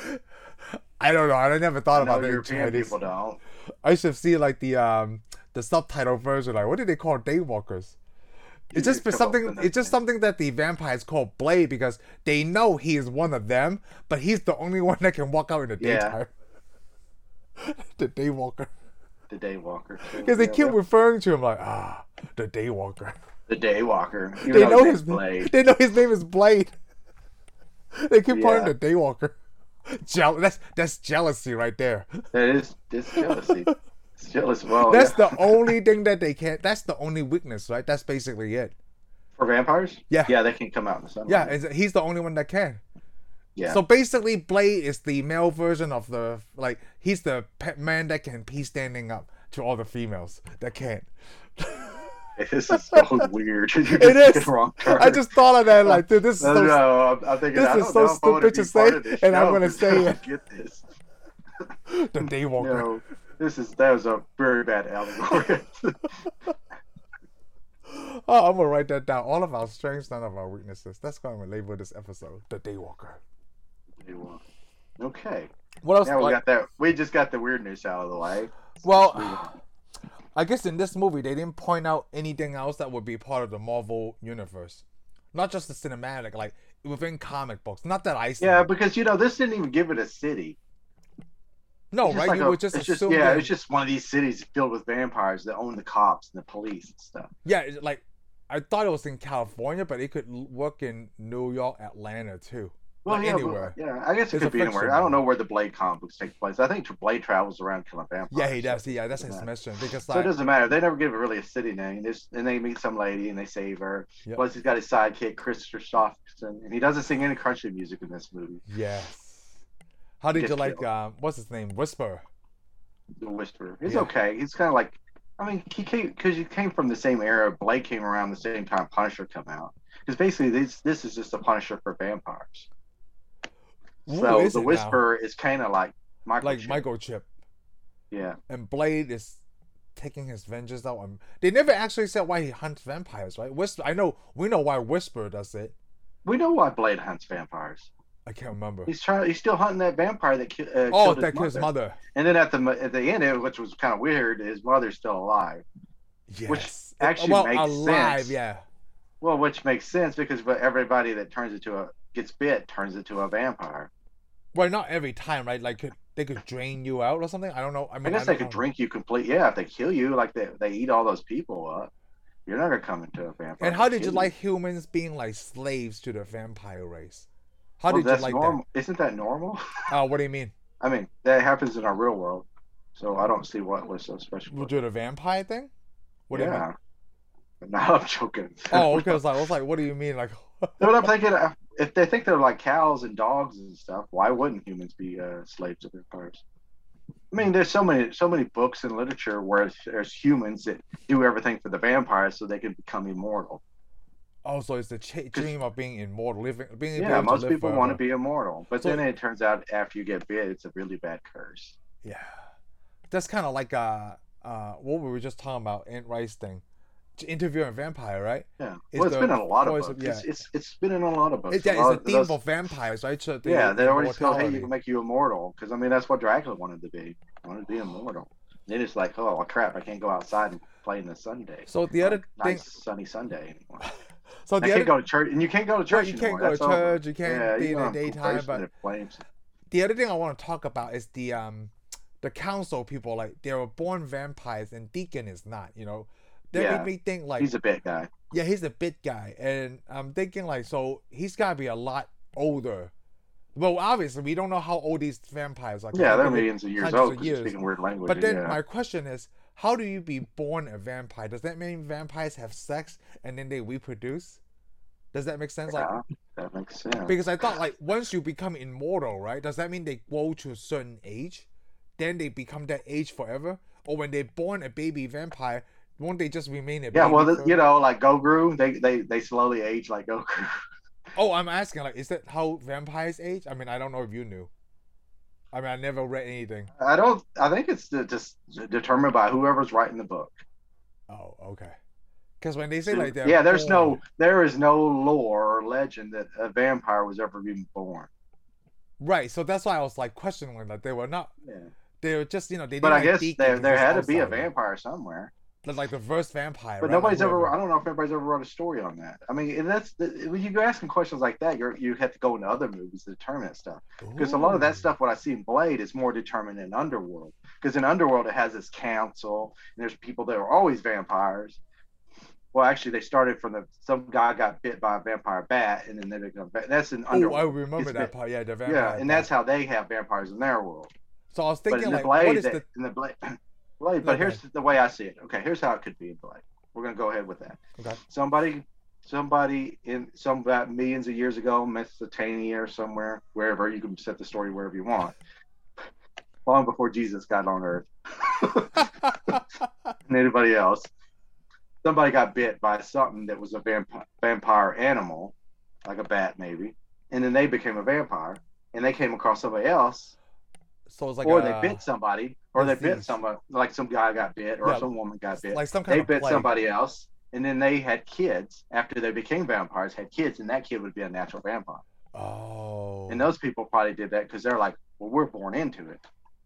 [SPEAKER 1] I don't know. I never thought
[SPEAKER 2] No,
[SPEAKER 1] about that. in
[SPEAKER 2] European
[SPEAKER 1] Chinese.
[SPEAKER 2] people don't.
[SPEAKER 1] I should see like the um the subtitle version. Like, what do they call daywalkers?
[SPEAKER 2] You
[SPEAKER 1] It's just
[SPEAKER 2] could come up
[SPEAKER 1] something.
[SPEAKER 2] with
[SPEAKER 1] It's just
[SPEAKER 2] another
[SPEAKER 1] something that the vampires call Blade because they know he is one of them, but he's the only one that can walk out in the
[SPEAKER 2] Yeah.
[SPEAKER 1] daytime. the daywalker.
[SPEAKER 2] The Daywalker.
[SPEAKER 1] Because they keep referring to him like, ah, the Daywalker.
[SPEAKER 2] The Daywalker. Even
[SPEAKER 1] They
[SPEAKER 2] though
[SPEAKER 1] know
[SPEAKER 2] his
[SPEAKER 1] his
[SPEAKER 2] name's Blade.
[SPEAKER 1] They know his name is Blade. they keep calling
[SPEAKER 2] Yeah.
[SPEAKER 1] him the Daywalker. Jeal- that's that's jealousy right there.
[SPEAKER 2] That is it's jealousy. It's jealous. Well,
[SPEAKER 1] That's
[SPEAKER 2] Oh, yeah.
[SPEAKER 1] the only thing that they can't. That's the only weakness, right? That's basically it.
[SPEAKER 2] for vampires.
[SPEAKER 1] Yeah.
[SPEAKER 2] Yeah, they can come out in the sunlight.
[SPEAKER 1] Yeah, it's, he's the only one that can.
[SPEAKER 2] yeah.
[SPEAKER 1] So basically, Blade is the male version of the like. He's the pet man that can be standing up to all the females that can't.
[SPEAKER 2] this is so weird. You're just
[SPEAKER 1] It is.
[SPEAKER 2] picking Wrong
[SPEAKER 1] I just thought of that like, dude, this is
[SPEAKER 2] No,
[SPEAKER 1] so.
[SPEAKER 2] no, I'm, I'm thinking,
[SPEAKER 1] this
[SPEAKER 2] I
[SPEAKER 1] is
[SPEAKER 2] don't
[SPEAKER 1] so
[SPEAKER 2] know if I wanna
[SPEAKER 1] stupid to
[SPEAKER 2] be part
[SPEAKER 1] say,
[SPEAKER 2] of this
[SPEAKER 1] and I'm
[SPEAKER 2] show,
[SPEAKER 1] gonna
[SPEAKER 2] because
[SPEAKER 1] say
[SPEAKER 2] I don't
[SPEAKER 1] it.
[SPEAKER 2] Get this.
[SPEAKER 1] The Daywalker.
[SPEAKER 2] No, this is that was a very bad allegory.
[SPEAKER 1] Oh, I'm gonna write that down. All of our strengths, none of our weaknesses. That's why I'm gonna label this episode the Daywalker.
[SPEAKER 2] okay.
[SPEAKER 1] What else?
[SPEAKER 2] Now we
[SPEAKER 1] like- Oh.
[SPEAKER 2] got that. We just got the weird news out of the way.
[SPEAKER 1] well, I guess in this movie they didn't point out anything else that would be part of the Marvel universe, not just the cinematic, like within comic books. Not that I see.
[SPEAKER 2] Yeah, because you know this didn't even give it a city.
[SPEAKER 1] no,
[SPEAKER 2] It's
[SPEAKER 1] Oh, right?
[SPEAKER 2] like
[SPEAKER 1] you
[SPEAKER 2] a-
[SPEAKER 1] would just
[SPEAKER 2] it's just
[SPEAKER 1] assume.
[SPEAKER 2] yeah,
[SPEAKER 1] that-
[SPEAKER 2] it's just one of these cities filled with vampires that own the cops and the police and stuff.
[SPEAKER 1] Yeah, it's like I thought it was in California, but it could l- work in New York, Atlanta too.
[SPEAKER 2] Well,
[SPEAKER 1] Like
[SPEAKER 2] yeah, but-
[SPEAKER 1] anywhere.
[SPEAKER 2] yeah, I guess it
[SPEAKER 1] It's a
[SPEAKER 2] could be anywhere.
[SPEAKER 1] fiction
[SPEAKER 2] I
[SPEAKER 1] novel.
[SPEAKER 2] don't know where the Blade comic books take place. I think Blade travels around killing vampires.
[SPEAKER 1] Yeah, he does. Yeah, that's his
[SPEAKER 2] Oh, Yeah.
[SPEAKER 1] mission because
[SPEAKER 2] So it
[SPEAKER 1] like
[SPEAKER 2] doesn't matter. They never give it really a city name. There's, and they meet some lady and they save her.
[SPEAKER 1] Yep.
[SPEAKER 2] Plus, he's got his sidekick, Christopher Stofferson, and he doesn't sing any country music in this movie.
[SPEAKER 1] yes. How did
[SPEAKER 2] Gets
[SPEAKER 1] you like?
[SPEAKER 2] killed.
[SPEAKER 1] Um, what's his name? Whisper.
[SPEAKER 2] The Whisperer. He's
[SPEAKER 1] Yeah.
[SPEAKER 2] okay. He's kind of like, I mean, he came because you came from the same era. Blade came around the same time Punisher come out. Because basically, this this is just the Punisher for vampires.
[SPEAKER 1] Who
[SPEAKER 2] so
[SPEAKER 1] is
[SPEAKER 2] the
[SPEAKER 1] it now?
[SPEAKER 2] Whisperer is kind of like Michael.
[SPEAKER 1] like
[SPEAKER 2] Chip.
[SPEAKER 1] microchip,
[SPEAKER 2] Yeah.
[SPEAKER 1] and Blade is taking his vengeance out. on they never actually said why he hunts vampires, right? Whisper. I know we know why Whisper does it.
[SPEAKER 2] We know why Blade hunts vampires.
[SPEAKER 1] I can't remember.
[SPEAKER 2] He's trying. He's still hunting that vampire that ki- uh,
[SPEAKER 1] oh,
[SPEAKER 2] killed his
[SPEAKER 1] that killed his
[SPEAKER 2] mother.
[SPEAKER 1] mother.
[SPEAKER 2] And then at the at the end, of it, which was kind of weird, his mother's still alive.
[SPEAKER 1] Yes. It-
[SPEAKER 2] actually
[SPEAKER 1] well,
[SPEAKER 2] makes
[SPEAKER 1] alive.
[SPEAKER 2] sense.
[SPEAKER 1] Yeah.
[SPEAKER 2] Well, which makes sense because but everybody that turns into a gets bit turns into a vampire.
[SPEAKER 1] Well, not every time, right? Like could, they could drain you out or something. I don't know. I
[SPEAKER 2] I
[SPEAKER 1] mean,
[SPEAKER 2] guess
[SPEAKER 1] I
[SPEAKER 2] they
[SPEAKER 1] don't
[SPEAKER 2] could
[SPEAKER 1] know.
[SPEAKER 2] drink you complete. Yeah, if they kill you, like they they eat all those people up, you're not gonna come into a vampire.
[SPEAKER 1] And how did
[SPEAKER 2] Kill
[SPEAKER 1] you like humans being like slaves to the vampire race? How
[SPEAKER 2] Well,
[SPEAKER 1] did you
[SPEAKER 2] that's
[SPEAKER 1] like
[SPEAKER 2] normal. is Isn't that normal?
[SPEAKER 1] that? Uh, what do you mean?
[SPEAKER 2] I mean, that happens in our real world, so I don't see what was so special.
[SPEAKER 1] We'll do the vampire thing. What do you mean?
[SPEAKER 2] yeah. No, I'm joking.
[SPEAKER 1] Oh, okay. I was like, I was like, what do you mean? Like,
[SPEAKER 2] No, but I'm thinking uh, if they think they're like cows and dogs and stuff, why wouldn't humans be uh, slaves to vampires? I mean, there's so many so many books and literature where there's humans that do everything for the vampires so they can become immortal.
[SPEAKER 1] oh, so it's the ch- dream of being immortal, living, being
[SPEAKER 2] Yeah,
[SPEAKER 1] able
[SPEAKER 2] most
[SPEAKER 1] to live
[SPEAKER 2] people want to
[SPEAKER 1] forever.
[SPEAKER 2] be immortal, but
[SPEAKER 1] So-
[SPEAKER 2] then it turns out after you get bit, it's a really bad curse.
[SPEAKER 1] Yeah, that's kind of like uh, uh, what we were just talking about, Ant Rice thing, T- interviewing a vampire, right?
[SPEAKER 2] Yeah,
[SPEAKER 1] It's
[SPEAKER 2] well, it's
[SPEAKER 1] the
[SPEAKER 2] been in a lot of
[SPEAKER 1] voice
[SPEAKER 2] books.
[SPEAKER 1] of-
[SPEAKER 2] It's, it's it's been in a lot of books.
[SPEAKER 1] It, yeah,
[SPEAKER 2] lot
[SPEAKER 1] it's
[SPEAKER 2] of
[SPEAKER 1] a theme
[SPEAKER 2] those-
[SPEAKER 1] of vampires, right? So the
[SPEAKER 2] yeah, they always go, "Hey,
[SPEAKER 1] immortality.
[SPEAKER 2] you can make you immortal," because I mean that's what Dracula wanted to be. He wanted to be immortal. Then it's like, "Oh crap, I can't go outside and play in the Sunday."
[SPEAKER 1] So the other
[SPEAKER 2] nice
[SPEAKER 1] thing,
[SPEAKER 2] sunny Sunday anymore.
[SPEAKER 1] so
[SPEAKER 2] I
[SPEAKER 1] the
[SPEAKER 2] can't
[SPEAKER 1] other
[SPEAKER 2] go to church, and you can't go to
[SPEAKER 1] Yeah,
[SPEAKER 2] church.
[SPEAKER 1] you can't
[SPEAKER 2] anymore.
[SPEAKER 1] go to
[SPEAKER 2] That's over.
[SPEAKER 1] church. You can't
[SPEAKER 2] Yeah,
[SPEAKER 1] be
[SPEAKER 2] you
[SPEAKER 1] in the
[SPEAKER 2] don't have
[SPEAKER 1] daytime.
[SPEAKER 2] corporations
[SPEAKER 1] But
[SPEAKER 2] that flames.
[SPEAKER 1] the other thing I want to talk about is the um, the council people. Like they were born vampires, and Deacon is not. You know, that
[SPEAKER 2] Yeah.
[SPEAKER 1] made me think like,
[SPEAKER 2] he's a big guy.
[SPEAKER 1] yeah, he's a bit guy, and I'm thinking like, so he's gotta be a lot older. Well, obviously, we don't know how old these vampires are. 'cause
[SPEAKER 2] Yeah,
[SPEAKER 1] I
[SPEAKER 2] they're
[SPEAKER 1] think they-
[SPEAKER 2] millions of years
[SPEAKER 1] hundreds
[SPEAKER 2] old.
[SPEAKER 1] of
[SPEAKER 2] 'cause he's
[SPEAKER 1] years.
[SPEAKER 2] speaking weird language.
[SPEAKER 1] But then
[SPEAKER 2] yeah.
[SPEAKER 1] my question is, how do you be born a vampire? Does that mean vampires have sex and then they reproduce? Does that make sense? Like,
[SPEAKER 2] Yeah, that makes sense.
[SPEAKER 1] because I thought like once you become immortal, right? Does that mean they grow to a certain age, then they become that age forever? Or when they're born a baby vampire, won't they just remain a
[SPEAKER 2] yeah,
[SPEAKER 1] baby?
[SPEAKER 2] well, th-
[SPEAKER 1] forever?
[SPEAKER 2] you know, like Goguru, they they they slowly age like Goguru.
[SPEAKER 1] Oh, I'm asking like, is that how vampires age? I mean, I don't know if you knew. I mean, I never read anything.
[SPEAKER 2] I don't. I think it's de- just determined by whoever's writing the book.
[SPEAKER 1] Oh, okay. Because when they say like they're
[SPEAKER 2] yeah, there's
[SPEAKER 1] born-
[SPEAKER 2] no there is no lore or legend that a vampire was ever even born.
[SPEAKER 1] right, so that's why I was like questioning that they were not
[SPEAKER 2] Yeah.
[SPEAKER 1] they were just you know they.
[SPEAKER 2] But
[SPEAKER 1] didn't,
[SPEAKER 2] I
[SPEAKER 1] like,
[SPEAKER 2] guess
[SPEAKER 1] deacon,
[SPEAKER 2] there
[SPEAKER 1] they
[SPEAKER 2] there
[SPEAKER 1] just
[SPEAKER 2] had to be a
[SPEAKER 1] outside.
[SPEAKER 2] vampire somewhere.
[SPEAKER 1] like the first vampire.
[SPEAKER 2] But
[SPEAKER 1] right?
[SPEAKER 2] nobody's
[SPEAKER 1] Like,
[SPEAKER 2] ever.
[SPEAKER 1] whatever.
[SPEAKER 2] I don't know if anybody's ever wrote a story on that. I mean, and that's the, when you go asking questions like that, you're you have to go into other movies to determine that stuff. Because a lot of that
[SPEAKER 1] Ooh.
[SPEAKER 2] stuff, what I see in Blade, is more determined in Underworld. Because in Underworld, it has this council, and there's people that are always vampires. Well, actually, they started from the some guy got bit by a vampire bat, and then they become. va- That's in
[SPEAKER 1] Oh, I
[SPEAKER 2] Underworld.
[SPEAKER 1] remember
[SPEAKER 2] It's
[SPEAKER 1] that
[SPEAKER 2] been-
[SPEAKER 1] part. Yeah, the vampire.
[SPEAKER 2] yeah, and
[SPEAKER 1] part.
[SPEAKER 2] that's how they have vampires in their world.
[SPEAKER 1] So I was
[SPEAKER 2] But
[SPEAKER 1] thinking,
[SPEAKER 2] in
[SPEAKER 1] like,
[SPEAKER 2] the blade,
[SPEAKER 1] what is
[SPEAKER 2] that,
[SPEAKER 1] the?
[SPEAKER 2] in the blade, blade. But
[SPEAKER 1] Okay.
[SPEAKER 2] here's the way I see it. Okay, here's how it could be in blade. We're gonna go ahead with that.
[SPEAKER 1] Okay.
[SPEAKER 2] Somebody, somebody in some about millions of years ago, Mesopotamia or somewhere, wherever you can set the story wherever you want. Long before Jesus got on Earth and anybody else, somebody got bit by something that was a vamp- vampire animal, like a bat maybe, and then they became a vampire, and they came across somebody else
[SPEAKER 1] so it's like uh,
[SPEAKER 2] or
[SPEAKER 1] a-
[SPEAKER 2] they bit somebody, or they bit
[SPEAKER 1] disease.
[SPEAKER 2] somebody, like some guy got bit, or
[SPEAKER 1] Yeah,
[SPEAKER 2] some woman got bit.
[SPEAKER 1] like some kind
[SPEAKER 2] they
[SPEAKER 1] of
[SPEAKER 2] bit
[SPEAKER 1] plague.
[SPEAKER 2] somebody else, and then they had kids after they became vampires, had kids, and that kid would be a natural vampire.
[SPEAKER 1] Oh.
[SPEAKER 2] And those people probably did that because they're like, well, we're born into it.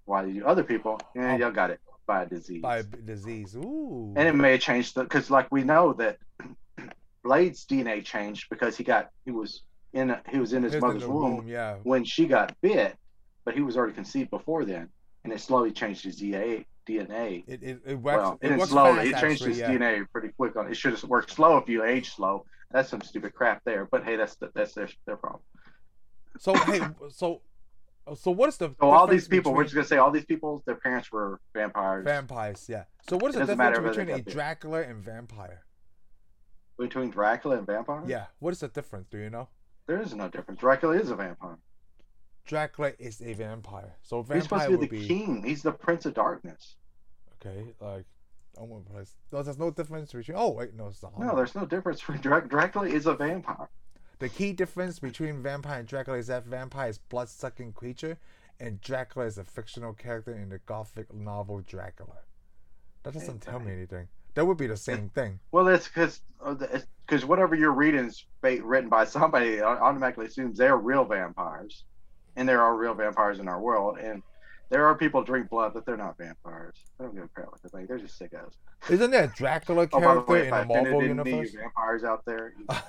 [SPEAKER 2] Why do you other people? Yeah,
[SPEAKER 1] Oh.
[SPEAKER 2] y'all got it by a disease.
[SPEAKER 1] by a b- disease. Ooh.
[SPEAKER 2] And it may have changed because, like, we know that Blade's DNA changed because he got he was in he was in his
[SPEAKER 1] It's in
[SPEAKER 2] mother's
[SPEAKER 1] the
[SPEAKER 2] womb
[SPEAKER 1] Yeah.
[SPEAKER 2] when she got bit, but he was already conceived before then, and it slowly changed his DA, DNA.
[SPEAKER 1] It it it works.
[SPEAKER 2] Well,
[SPEAKER 1] it
[SPEAKER 2] it,
[SPEAKER 1] works
[SPEAKER 2] slowly. It
[SPEAKER 1] fast,
[SPEAKER 2] changed
[SPEAKER 1] actually,
[SPEAKER 2] his
[SPEAKER 1] yeah.
[SPEAKER 2] DNA pretty quick. On it should have worked slow if you age slow. That's some stupid crap there. But hey, that's the, that's their, their problem.
[SPEAKER 1] So hey, so so what is the?
[SPEAKER 2] So all these people, we're just gonna say all these people, their parents were vampires.
[SPEAKER 1] vampires. Yeah. So what is
[SPEAKER 2] It
[SPEAKER 1] the
[SPEAKER 2] doesn't matter
[SPEAKER 1] difference
[SPEAKER 2] whether they
[SPEAKER 1] between a
[SPEAKER 2] got bit.
[SPEAKER 1] Dracula and vampire?
[SPEAKER 2] between Dracula and vampire.
[SPEAKER 1] Yeah. What is the difference? Do you know?
[SPEAKER 2] there is no difference. Dracula is a vampire.
[SPEAKER 1] Dracula is a vampire. So
[SPEAKER 2] He's supposed
[SPEAKER 1] vampire
[SPEAKER 2] to be
[SPEAKER 1] would
[SPEAKER 2] the
[SPEAKER 1] be
[SPEAKER 2] king. He's the prince of darkness.
[SPEAKER 1] okay. Like, I'm impressed. No, there's no difference between. Oh wait, no, it's not.
[SPEAKER 2] No, there's no difference. For Drac- Dracula is a vampire.
[SPEAKER 1] The key difference between vampire and Dracula is that vampire is blood sucking creature, and Dracula is a fictional character in the gothic novel Dracula. That doesn't tell me anything. That would be the same thing.
[SPEAKER 2] Well, uh, that's because because whatever you're reading is ba- written by somebody it automatically assumes they're real vampires, and there are real vampires in our world, and there are people who drink blood, but they're not vampires. I don't give a crap what they think. They're just sickos.
[SPEAKER 1] Isn't there a Dracula
[SPEAKER 2] Oh, by the
[SPEAKER 1] character
[SPEAKER 2] way,
[SPEAKER 1] in
[SPEAKER 2] if I
[SPEAKER 1] the
[SPEAKER 2] offended
[SPEAKER 1] Marvel
[SPEAKER 2] any
[SPEAKER 1] universe?
[SPEAKER 2] of you vampires out there, you can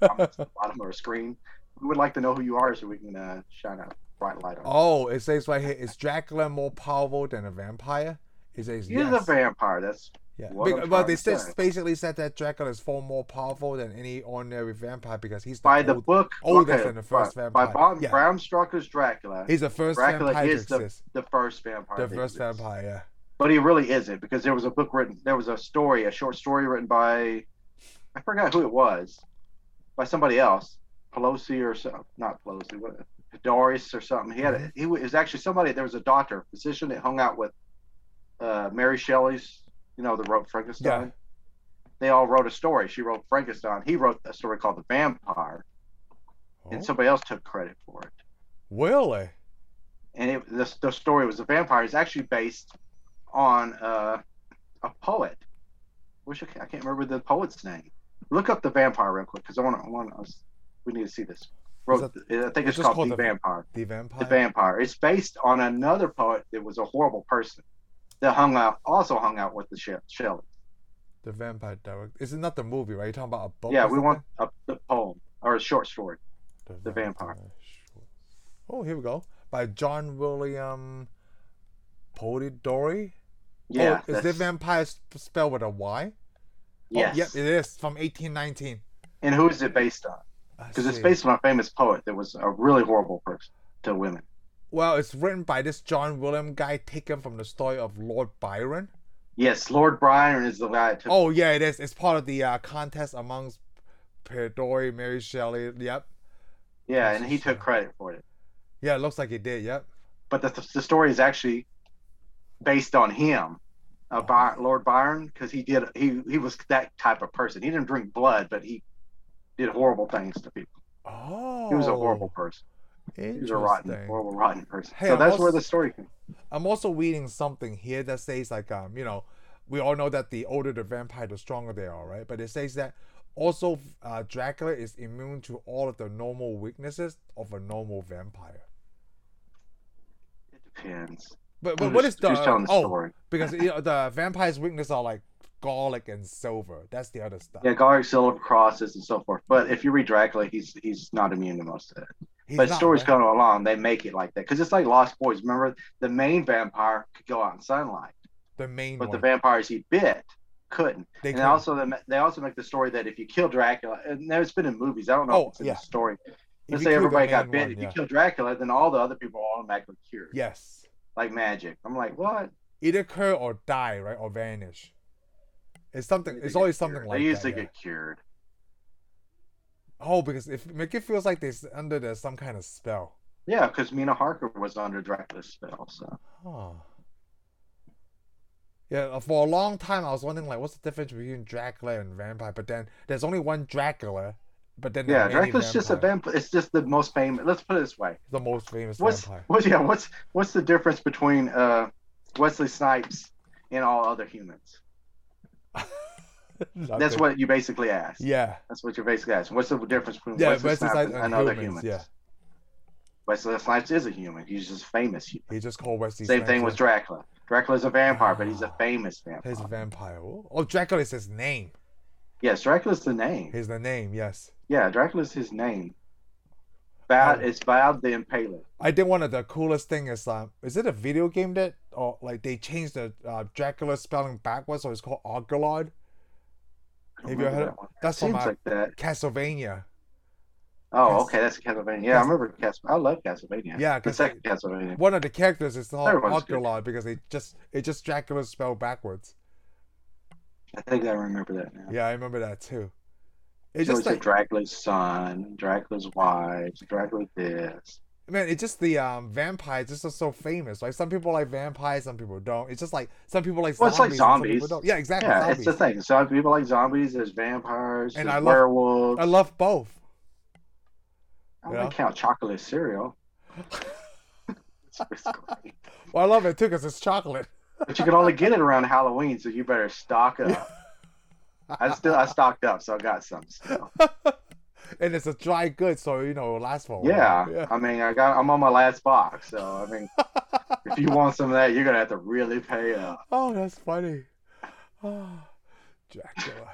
[SPEAKER 2] comment at the bottom of our screen. We would like to know who you are so we can uh, shine a bright light on.
[SPEAKER 1] oh, it says right here: Is Dracula more powerful than a vampire? It says
[SPEAKER 2] you. He's
[SPEAKER 1] yes.
[SPEAKER 2] a vampire. That's
[SPEAKER 1] Yeah,
[SPEAKER 2] What
[SPEAKER 1] Bec-
[SPEAKER 2] I'm
[SPEAKER 1] well,
[SPEAKER 2] trying
[SPEAKER 1] they
[SPEAKER 2] to
[SPEAKER 1] said
[SPEAKER 2] say.
[SPEAKER 1] basically said that Dracula is far more powerful than any ordinary vampire because he's the
[SPEAKER 2] by the
[SPEAKER 1] old-
[SPEAKER 2] book.
[SPEAKER 1] oldest and oh, the first
[SPEAKER 2] by,
[SPEAKER 1] vampire.
[SPEAKER 2] By Bram,
[SPEAKER 1] Yeah.
[SPEAKER 2] Bram Stoker's Dracula,
[SPEAKER 1] he's the first
[SPEAKER 2] Dracula
[SPEAKER 1] vampire
[SPEAKER 2] is
[SPEAKER 1] to exist.
[SPEAKER 2] the first vampire.
[SPEAKER 1] The
[SPEAKER 2] that
[SPEAKER 1] first
[SPEAKER 2] exists.
[SPEAKER 1] vampire. yeah.
[SPEAKER 2] but he really isn't because there was a book written there was a story a short story written by i forgot who it was by somebody else pelosi or so not pelosi what doris or something he had a, he was actually somebody there was a doctor a physician that hung out with uh, mary shelley's you know the wrote frankenstein
[SPEAKER 1] Yeah.
[SPEAKER 2] they all wrote a story she wrote frankenstein he wrote a story called the vampire
[SPEAKER 1] Oh,
[SPEAKER 2] and somebody else took credit for it
[SPEAKER 1] really?
[SPEAKER 2] and it, the, the story was a vampire is actually based on uh, a poet. Wish I, ca- I can't remember the poet's name. Look up the vampire real quick because I want to. I want us. We need to see this. Wrote, I think
[SPEAKER 1] it's
[SPEAKER 2] it's
[SPEAKER 1] just
[SPEAKER 2] called,
[SPEAKER 1] called
[SPEAKER 2] the
[SPEAKER 1] The
[SPEAKER 2] vampire.
[SPEAKER 1] The vampire.
[SPEAKER 2] The vampire. It's based on another poet that was a horrible person that hung out, also hung out with the She- Shelley.
[SPEAKER 1] The vampire direct. Is it not the movie, right? You're talking about a book.
[SPEAKER 2] yeah,
[SPEAKER 1] or
[SPEAKER 2] we want a, the poem or a short story.
[SPEAKER 1] Oh, something?
[SPEAKER 2] the vampire.
[SPEAKER 1] Short- Oh, here we go. By John William Polidori.
[SPEAKER 2] Yeah,
[SPEAKER 1] oh, is the
[SPEAKER 2] that's-
[SPEAKER 1] vampire sp- spelled with a Y?
[SPEAKER 2] yes.
[SPEAKER 1] Oh, yep, it is from 1819.
[SPEAKER 2] and who is it based on?
[SPEAKER 1] I
[SPEAKER 2] Because it's
[SPEAKER 1] see.
[SPEAKER 2] based on a famous poet that was a really horrible person to women.
[SPEAKER 1] Well, it's written by this John William guy, taken from the story of Lord Byron.
[SPEAKER 2] Yes, Lord Byron is the guy that took.
[SPEAKER 1] Oh yeah, it is. It's part of the uh, contest amongst Pedori, Mary Shelley. Yep.
[SPEAKER 2] yeah,
[SPEAKER 1] yes,
[SPEAKER 2] and he
[SPEAKER 1] yes,
[SPEAKER 2] took
[SPEAKER 1] yeah.
[SPEAKER 2] credit for it.
[SPEAKER 1] Yeah, it looks like it did. Yep.
[SPEAKER 2] But the, the story is actually based on him, uh, By, Lord Byron, because he did he he was that type of person. He didn't drink blood, but he did horrible things to people.
[SPEAKER 1] Oh.
[SPEAKER 2] He was a horrible person. He was a rotten,
[SPEAKER 1] interesting.
[SPEAKER 2] horrible, rotten person.
[SPEAKER 1] Hey,
[SPEAKER 2] so
[SPEAKER 1] I'm
[SPEAKER 2] that's
[SPEAKER 1] also-
[SPEAKER 2] where the story. Came.
[SPEAKER 1] I'm also reading something here that says like um you know we all know that the older the vampire the stronger they are right but it says that also uh, Dracula is immune to all of the normal weaknesses of a normal vampire.
[SPEAKER 2] It depends.
[SPEAKER 1] But,
[SPEAKER 2] I'm
[SPEAKER 1] but what is
[SPEAKER 2] just-
[SPEAKER 1] the
[SPEAKER 2] just telling the
[SPEAKER 1] oh
[SPEAKER 2] story?
[SPEAKER 1] because you know, the vampire's weakness are like garlic and silver. That's the other stuff.
[SPEAKER 2] Yeah, garlic silver crosses and so forth. But if you read Dracula, he's he's not immune to most of it.
[SPEAKER 1] He's
[SPEAKER 2] but
[SPEAKER 1] not,
[SPEAKER 2] stories
[SPEAKER 1] right?
[SPEAKER 2] going along, they make it like that because it's like Lost Boys. Remember, the main vampire could go out in sunlight,
[SPEAKER 1] the main
[SPEAKER 2] but
[SPEAKER 1] one.
[SPEAKER 2] the vampires he bit couldn't.
[SPEAKER 1] they
[SPEAKER 2] and
[SPEAKER 1] couldn't-
[SPEAKER 2] also, they ma- they also make the story that if you kill Dracula, and there's been in movies. I don't know
[SPEAKER 1] Oh,
[SPEAKER 2] if it's in
[SPEAKER 1] yeah.
[SPEAKER 2] the story.
[SPEAKER 1] if
[SPEAKER 2] Let's
[SPEAKER 1] you
[SPEAKER 2] say
[SPEAKER 1] kill the
[SPEAKER 2] everybody got
[SPEAKER 1] main
[SPEAKER 2] bit.
[SPEAKER 1] one,
[SPEAKER 2] if
[SPEAKER 1] yeah.
[SPEAKER 2] you kill Dracula, then all the other people are automatically cured,
[SPEAKER 1] Yes.
[SPEAKER 2] like magic. I'm like, what?
[SPEAKER 1] Either cure or die, right? Or vanish. It's something.
[SPEAKER 2] They
[SPEAKER 1] It's
[SPEAKER 2] get
[SPEAKER 1] always
[SPEAKER 2] cured.
[SPEAKER 1] something
[SPEAKER 2] They
[SPEAKER 1] like
[SPEAKER 2] used
[SPEAKER 1] that.
[SPEAKER 2] to
[SPEAKER 1] yeah.
[SPEAKER 2] get cured.
[SPEAKER 1] Oh, because if make it feels like they're under the, some kind of spell.
[SPEAKER 2] Yeah, because Mina Harker was under Dracula's spell. So
[SPEAKER 1] Huh. Yeah, uh, for a long time I was wondering like, what's the difference between Dracula and vampire? But then there's only one Dracula, but then there
[SPEAKER 2] yeah,
[SPEAKER 1] are many
[SPEAKER 2] Dracula's just a
[SPEAKER 1] vampires.
[SPEAKER 2] vampire. It's just the most famous. Let's put it this way.
[SPEAKER 1] The most famous
[SPEAKER 2] What's
[SPEAKER 1] vampire.
[SPEAKER 2] what's yeah? What's what's the difference between uh, Wesley Snipes and all other humans? That's
[SPEAKER 1] Nothing.
[SPEAKER 2] what you basically asked.
[SPEAKER 1] Yeah,
[SPEAKER 2] That's what you're basically asking. What's the difference between
[SPEAKER 1] yeah.
[SPEAKER 2] Wesley,
[SPEAKER 1] Wesley
[SPEAKER 2] Snipes
[SPEAKER 1] Snipes
[SPEAKER 2] and,
[SPEAKER 1] and
[SPEAKER 2] other
[SPEAKER 1] humans.
[SPEAKER 2] humans?
[SPEAKER 1] Yeah,
[SPEAKER 2] Wesley Snipes is a human. He's just famous. Human.
[SPEAKER 1] he just called Wesley.
[SPEAKER 2] Same
[SPEAKER 1] Snipes,
[SPEAKER 2] thing
[SPEAKER 1] yeah. Ah,
[SPEAKER 2] with Dracula. Dracula's a vampire, but he's a famous vampire.
[SPEAKER 1] He's a vampire. Oh, oh, Dracula is his name.
[SPEAKER 2] Yes, Dracula's the name.
[SPEAKER 1] He's the name. Yes.
[SPEAKER 2] Yeah, Dracula's his name. Bad,
[SPEAKER 1] Oh.
[SPEAKER 2] it's Bad the Impaler.
[SPEAKER 1] I think one of the coolest thing is um, is it a video game that or like they changed the uh, Dracula spelling backwards, so it's called Argalod.
[SPEAKER 2] I don't
[SPEAKER 1] Have you
[SPEAKER 2] remember
[SPEAKER 1] heard
[SPEAKER 2] that
[SPEAKER 1] of-
[SPEAKER 2] one.
[SPEAKER 1] That's from
[SPEAKER 2] Seems
[SPEAKER 1] uh,
[SPEAKER 2] like that.
[SPEAKER 1] Castlevania.
[SPEAKER 2] Oh,
[SPEAKER 1] Cas-
[SPEAKER 2] okay, that's Castlevania. Yeah, I
[SPEAKER 1] Cas-
[SPEAKER 2] remember Castlevania. I love Castlevania.
[SPEAKER 1] Yeah,
[SPEAKER 2] the
[SPEAKER 1] 'cause
[SPEAKER 2] second Castlevania.
[SPEAKER 1] One of the characters is called
[SPEAKER 2] Everyone's good.
[SPEAKER 1] Argalod because they just it just Dracula spelled backwards.
[SPEAKER 2] I think I remember that now.
[SPEAKER 1] Yeah, I remember that too. It's
[SPEAKER 2] It's
[SPEAKER 1] just
[SPEAKER 2] always
[SPEAKER 1] like
[SPEAKER 2] like Dracula's son, Dracula's wives, Dracula this.
[SPEAKER 1] man, it's just the um vampires just are so famous. Like some people like vampires, some people don't. It's just like some people like zombies.
[SPEAKER 2] Well, it's like
[SPEAKER 1] and some people
[SPEAKER 2] zombies.
[SPEAKER 1] don't. Yeah, exactly.
[SPEAKER 2] Yeah,
[SPEAKER 1] zombies.
[SPEAKER 2] it's the thing. So people like zombies, there's vampires,
[SPEAKER 1] And
[SPEAKER 2] there's
[SPEAKER 1] I love-
[SPEAKER 2] werewolves.
[SPEAKER 1] I love both.
[SPEAKER 2] I don't
[SPEAKER 1] yeah.
[SPEAKER 2] count chocolate cereal. It's- it's great.
[SPEAKER 1] Well, I love it too because it's chocolate.
[SPEAKER 2] but you can only get it around Halloween, so you better stock up. I still I stocked up, so I got some still.
[SPEAKER 1] and it's a dry good, so you know it'll last for a while.
[SPEAKER 2] Yeah, I mean, I got I'm on my last box, so I mean, if you want some of that, you're gonna have to really pay up.
[SPEAKER 1] Oh, that's funny. Ah, Dracula.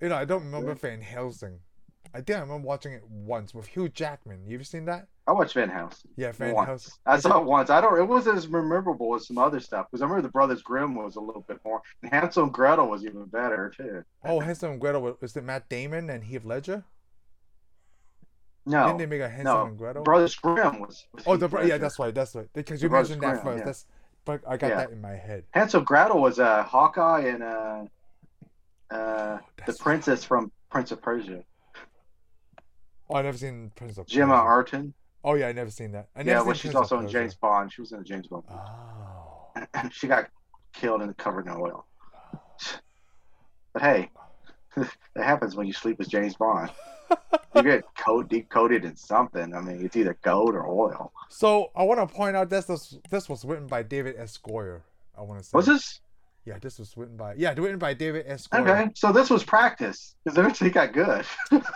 [SPEAKER 1] you know, I don't remember Van Helsing. I think I remember watching it once with Hugh Jackman. You ever seen that?
[SPEAKER 2] I watched Van Helsing
[SPEAKER 1] Yeah, Van
[SPEAKER 2] once.
[SPEAKER 1] Helsing.
[SPEAKER 2] I saw it once. I don't. It wasn't as memorable as some other stuff because I remember the Brothers Grimm was a little bit more, and Hansel and Gretel was even better too.
[SPEAKER 1] Oh, Hansel and Gretel. wa- Was it Matt Damon and Heath Ledger?
[SPEAKER 2] No,
[SPEAKER 1] Didn't they make a Hansel
[SPEAKER 2] no.
[SPEAKER 1] and Gretel?
[SPEAKER 2] Brothers Grimm was. was
[SPEAKER 1] oh, the
[SPEAKER 2] Heath
[SPEAKER 1] bro- yeah,
[SPEAKER 2] Ledger.
[SPEAKER 1] that's right, that's right. Because
[SPEAKER 2] The
[SPEAKER 1] you
[SPEAKER 2] Brothers
[SPEAKER 1] mentioned that
[SPEAKER 2] Grimm,
[SPEAKER 1] first.
[SPEAKER 2] yeah.
[SPEAKER 1] That's, but I got
[SPEAKER 2] Yeah.
[SPEAKER 1] that in my head.
[SPEAKER 2] Hansel and Gretel was uh, Hawkeye and uh, uh, the
[SPEAKER 1] Oh, That's-
[SPEAKER 2] princess from Prince of Persia,
[SPEAKER 1] Oh, I never seen Prince of
[SPEAKER 2] Gemma
[SPEAKER 1] Persia.
[SPEAKER 2] Arton.
[SPEAKER 1] Oh yeah, I never seen that. I never
[SPEAKER 2] Yeah,
[SPEAKER 1] seen
[SPEAKER 2] well, she's
[SPEAKER 1] Prince of
[SPEAKER 2] also in
[SPEAKER 1] Persia.
[SPEAKER 2] James Bond. She was in a James Bond.
[SPEAKER 1] Oh.
[SPEAKER 2] she got killed and covered in oil. But hey, that happens when you sleep with James Bond. You get coat deep coated in something. I mean, it's either gold or oil.
[SPEAKER 1] So I want to point out this this this was written by David S. Goyer. I want to say.
[SPEAKER 2] Was this
[SPEAKER 1] Yeah, this was written by yeah, written by David S. Goyer.
[SPEAKER 2] okay? So this was practice because eventually it got good.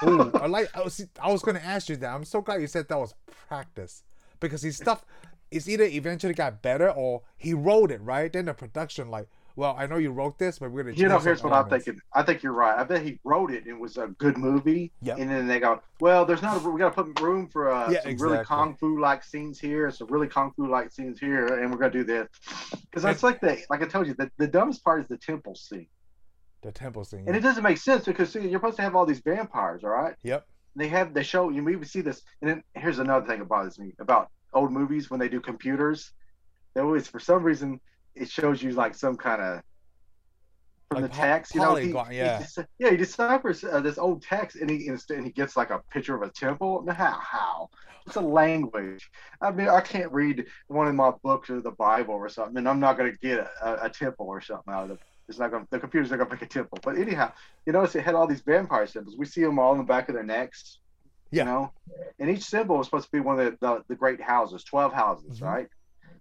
[SPEAKER 1] Ooh, I like. I was, I was gonna ask you that. I'm so glad you said that was practice because his stuff is either eventually got better or he wrote it right. Then the production like, well, I know you wrote this, but we're gonna.
[SPEAKER 2] you know,
[SPEAKER 1] change some
[SPEAKER 2] here's what I'm
[SPEAKER 1] elements.
[SPEAKER 2] thinking. I think you're right. I bet he wrote it. It was a good movie.
[SPEAKER 1] Yep.
[SPEAKER 2] And then they go, well, there's not. A, we got to put room for uh,
[SPEAKER 1] Yeah,
[SPEAKER 2] some
[SPEAKER 1] exactly.
[SPEAKER 2] really kung fu like scenes here, some really kung fu like scenes here, and we're gonna do this. Because that's like the like I told you, the, the dumbest part is the temple scene,
[SPEAKER 1] The temple scene.
[SPEAKER 2] and it doesn't make sense because see, you're supposed to have all these vampires, all right?
[SPEAKER 1] yep.
[SPEAKER 2] they have they show you we would see this and then here's another thing that bothers me about old movies when they do computers they always for some reason it shows you like some kind of from
[SPEAKER 1] Like
[SPEAKER 2] the
[SPEAKER 1] po-
[SPEAKER 2] text you know he-
[SPEAKER 1] polygon,
[SPEAKER 2] he
[SPEAKER 1] yeah.
[SPEAKER 2] dis- yeah he deciphers uh, this old text and he and it's- and he gets like a picture of a temple No, how how it's a language i mean i can't read one of my books or the bible or something and i'm not going to get a, a temple or something out of the it's not going to the computer's not going to make a temple but anyhow you notice it had all these vampire symbols. We see them all on the back of their necks.
[SPEAKER 1] Yeah.
[SPEAKER 2] You know, and each symbol is supposed to be one of the, the, the great houses, twelve houses,
[SPEAKER 1] Mhm.
[SPEAKER 2] right?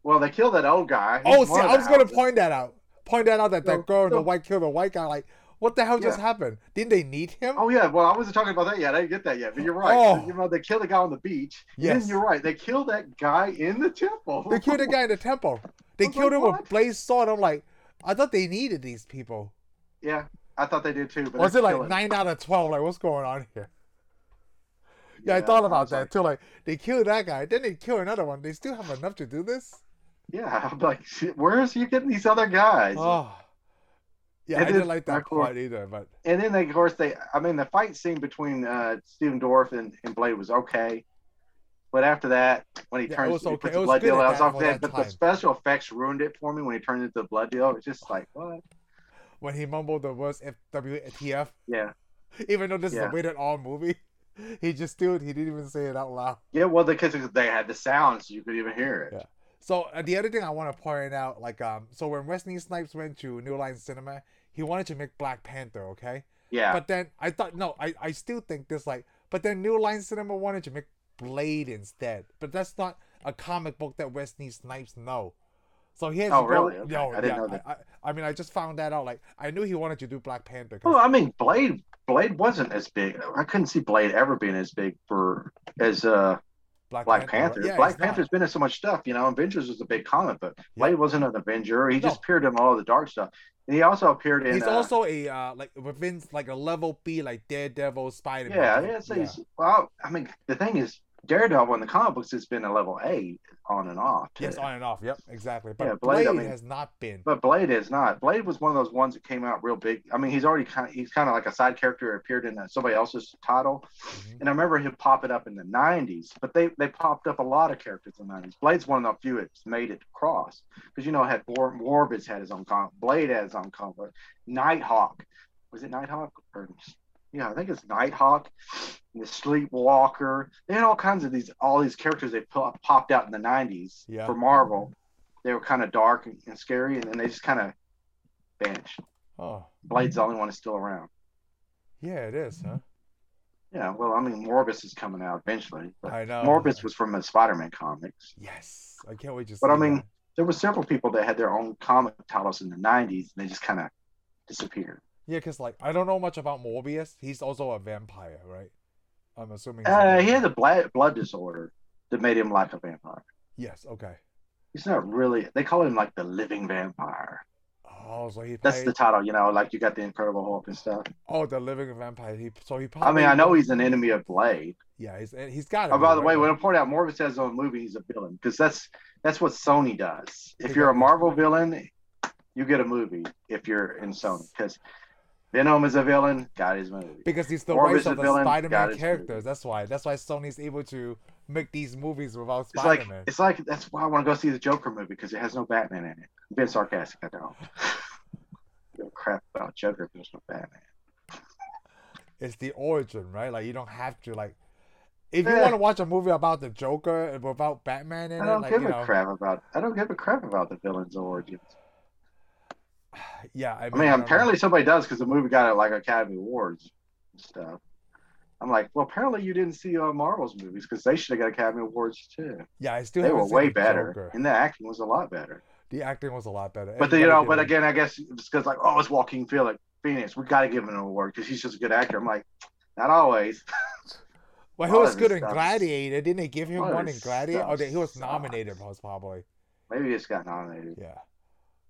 [SPEAKER 2] Well, they killed that old guy. He's
[SPEAKER 1] Oh, see,
[SPEAKER 2] one of
[SPEAKER 1] I
[SPEAKER 2] the
[SPEAKER 1] was gonna
[SPEAKER 2] houses.
[SPEAKER 1] point that out. Point that out that
[SPEAKER 2] No,
[SPEAKER 1] that girl and the
[SPEAKER 2] no.
[SPEAKER 1] white killed the white guy. Like, what the hell just happened? Didn't they need him?
[SPEAKER 2] Oh yeah, well I wasn't talking about that yet. I didn't get that yet, but you're right.
[SPEAKER 1] Oh.
[SPEAKER 2] You know they killed the guy on the beach. and
[SPEAKER 1] Yes.
[SPEAKER 2] Then you're right. They killed that guy in the temple.
[SPEAKER 1] They killed the guy in the temple. They
[SPEAKER 2] I was
[SPEAKER 1] killed
[SPEAKER 2] like,
[SPEAKER 1] him with
[SPEAKER 2] what?
[SPEAKER 1] blade sword. I'm like, I thought they needed these people.
[SPEAKER 2] Yeah, I thought they did too. But
[SPEAKER 1] Or is
[SPEAKER 2] they're
[SPEAKER 1] it like
[SPEAKER 2] killing-
[SPEAKER 1] nine out of twelve? Like what's going on here? Yeah, I
[SPEAKER 2] Yeah,
[SPEAKER 1] thought
[SPEAKER 2] I
[SPEAKER 1] about
[SPEAKER 2] was
[SPEAKER 1] that
[SPEAKER 2] like-
[SPEAKER 1] too. Like they kill that guy, then they kill another one. They still have enough to do this.
[SPEAKER 2] Yeah, I'm like, shit, where is you getting these other guys?
[SPEAKER 1] Oh. Yeah,
[SPEAKER 2] It
[SPEAKER 1] I didn't
[SPEAKER 2] is
[SPEAKER 1] like that
[SPEAKER 2] hardcore.
[SPEAKER 1] part either, but
[SPEAKER 2] and then they, of course they i mean the fight scene between uh steven dorff and, and blade was okay but after that when he
[SPEAKER 1] Yeah, it
[SPEAKER 2] turns
[SPEAKER 1] was
[SPEAKER 2] he
[SPEAKER 1] okay.
[SPEAKER 2] puts
[SPEAKER 1] It
[SPEAKER 2] the
[SPEAKER 1] was
[SPEAKER 2] blood
[SPEAKER 1] good
[SPEAKER 2] deal
[SPEAKER 1] at
[SPEAKER 2] out, it's
[SPEAKER 1] that for
[SPEAKER 2] okay
[SPEAKER 1] that
[SPEAKER 2] but
[SPEAKER 1] time.
[SPEAKER 2] the special effects ruined it for me when he turned into the blood deal it's just like what
[SPEAKER 1] when he mumbled the words FWTF,
[SPEAKER 2] yeah
[SPEAKER 1] even though this is a
[SPEAKER 2] Yeah.
[SPEAKER 1] rated R movie, he just still he didn't even say it out loud.
[SPEAKER 2] yeah well because they had the sound so you could even hear it
[SPEAKER 1] Yeah. So uh, the other thing I want to point out, like, um, so when Wesley Snipes went to New Line Cinema, he wanted to make Black Panther, okay?
[SPEAKER 2] yeah
[SPEAKER 1] But then I thought, no, I, I still think this, like, but then New Line Cinema wanted to make Blade instead. But that's not a comic book that Wesley Snipes know. So he has
[SPEAKER 2] Oh,
[SPEAKER 1] to go-
[SPEAKER 2] really? Okay.
[SPEAKER 1] No,
[SPEAKER 2] I didn't
[SPEAKER 1] yeah,
[SPEAKER 2] know that.
[SPEAKER 1] I, I, I mean, I just found that out. Like, I knew he wanted to do Black Panther. 'cause-
[SPEAKER 2] well i mean blade blade wasn't as big i couldn't see blade ever being as big for as uh black panther
[SPEAKER 1] right? Yeah,
[SPEAKER 2] black
[SPEAKER 1] it's not.
[SPEAKER 2] panther's been in so much stuff you know avengers was a big comic but blade wasn't an avenger he
[SPEAKER 1] No.
[SPEAKER 2] just appeared in all the dark stuff and he also appeared in
[SPEAKER 1] He's
[SPEAKER 2] uh,
[SPEAKER 1] also a uh, like within like a level B like Daredevil Spider Man.
[SPEAKER 2] Yeah, yeah. So he's well. I mean, the thing is, Daredevil in the comic books has been a level eight on and off. too.
[SPEAKER 1] Yes, on and off. Yep, exactly. But
[SPEAKER 2] Yeah,
[SPEAKER 1] Blade,
[SPEAKER 2] Blade, I mean-
[SPEAKER 1] has not been.
[SPEAKER 2] But Blade is not. Blade was one of those ones that came out real big. I mean, he's already kind. Of, he's kind of like a side character who appeared in uh, somebody else's title.
[SPEAKER 1] Mhm.
[SPEAKER 2] And I remember him popping up in the '90s. But they they popped up a lot of characters in the '90s. Blade's one of the few that's made it across because you know had War, Warbiz had his own comic. Blade had his own comic. book. Nighthawk was it Nighthawk or yeah, I think it's Nighthawk. and The Sleepwalker. They had all kinds of these all these characters they pop, popped out in the '90s
[SPEAKER 1] Yeah.
[SPEAKER 2] for Marvel. They were kind of dark and, and scary, and then they just kind of vanished.
[SPEAKER 1] Oh,
[SPEAKER 2] Blade's the only one that's still around.
[SPEAKER 1] yeah, it is, huh?
[SPEAKER 2] Yeah, well, I mean, Morbus is coming out eventually, but
[SPEAKER 1] I know.
[SPEAKER 2] Morbus was from the Spider-Man comics.
[SPEAKER 1] Yes, I can't wait to.
[SPEAKER 2] But I
[SPEAKER 1] see
[SPEAKER 2] mean,
[SPEAKER 1] that.
[SPEAKER 2] There were several people that had their own comic titles in the '90s, and they just kind of disappeared.
[SPEAKER 1] yeah, because like I don't know much about Morbius. He's also a vampire, right? I'm assuming.
[SPEAKER 2] Uh,
[SPEAKER 1] so.
[SPEAKER 2] he had a blood blood disorder that made him like a vampire.
[SPEAKER 1] Yes. Okay.
[SPEAKER 2] He's not really. They call him like the living vampire.
[SPEAKER 1] Oh, so he
[SPEAKER 2] That's
[SPEAKER 1] played.
[SPEAKER 2] the title, you know. Like you got the Incredible Hulk and stuff.
[SPEAKER 1] oh, the living vampire. He so he
[SPEAKER 2] I
[SPEAKER 1] probably.
[SPEAKER 2] mean, I know he's an enemy of Blade.
[SPEAKER 1] Yeah, he's eh, he's got.
[SPEAKER 2] Oh, by the way, when I point out Morbius has his own movie, he's a villain because that's that's what Sony does. If you're a Marvel villain, you get a movie. If you're in Sony, because Venom is a villain, got his movie.
[SPEAKER 1] Because he's the
[SPEAKER 2] Morbius
[SPEAKER 1] race
[SPEAKER 2] the
[SPEAKER 1] of the
[SPEAKER 2] villain, God
[SPEAKER 1] Spider-Man
[SPEAKER 2] is
[SPEAKER 1] characters.
[SPEAKER 2] good.
[SPEAKER 1] That's why. That's why Sony's able to make these movies without
[SPEAKER 2] It's like
[SPEAKER 1] Spider-Man.
[SPEAKER 2] it's like that's why I want to go see the Joker movie because it has no Batman in it. I'm being sarcastic. I don't. Give a crap about Joker. if There's no Batman.
[SPEAKER 1] it's the origin, right? Like you don't have to like. If you
[SPEAKER 2] Yeah.
[SPEAKER 1] want to watch a movie about the Joker and without Batman in
[SPEAKER 2] I
[SPEAKER 1] it,
[SPEAKER 2] don't
[SPEAKER 1] like
[SPEAKER 2] give
[SPEAKER 1] you
[SPEAKER 2] a
[SPEAKER 1] know,
[SPEAKER 2] crap about. I don't give a crap about the villain's origins.
[SPEAKER 1] yeah. I
[SPEAKER 2] I
[SPEAKER 1] mean,
[SPEAKER 2] mean,
[SPEAKER 1] I don't know.
[SPEAKER 2] apparently somebody does because the movie got like Academy Awards and stuff. I'm like, well, apparently you didn't see uh, Marvel's movies because they should have got Academy Awards too.
[SPEAKER 1] yeah, I still
[SPEAKER 2] They
[SPEAKER 1] haven't
[SPEAKER 2] were
[SPEAKER 1] seen
[SPEAKER 2] way
[SPEAKER 1] the
[SPEAKER 2] better,
[SPEAKER 1] Joker.
[SPEAKER 2] and the acting was a lot better.
[SPEAKER 1] The acting was a lot better.
[SPEAKER 2] But you know,
[SPEAKER 1] Everybody
[SPEAKER 2] but
[SPEAKER 1] did it.
[SPEAKER 2] again, I guess it's because like, oh, it's Joaquin Phoenix. Phoenix, we got to give him an award because he's just a good actor. I'm like, not always.
[SPEAKER 1] well,
[SPEAKER 2] all
[SPEAKER 1] he was
[SPEAKER 2] of
[SPEAKER 1] good
[SPEAKER 2] his
[SPEAKER 1] in
[SPEAKER 2] stuff-
[SPEAKER 1] Gladiator. Didn't they give him
[SPEAKER 2] all of
[SPEAKER 1] one in
[SPEAKER 2] his
[SPEAKER 1] Gladiator? Oh,
[SPEAKER 2] stuff
[SPEAKER 1] they, he was
[SPEAKER 2] sucks.
[SPEAKER 1] nominated, most probably.
[SPEAKER 2] Maybe he just got nominated.
[SPEAKER 1] Yeah,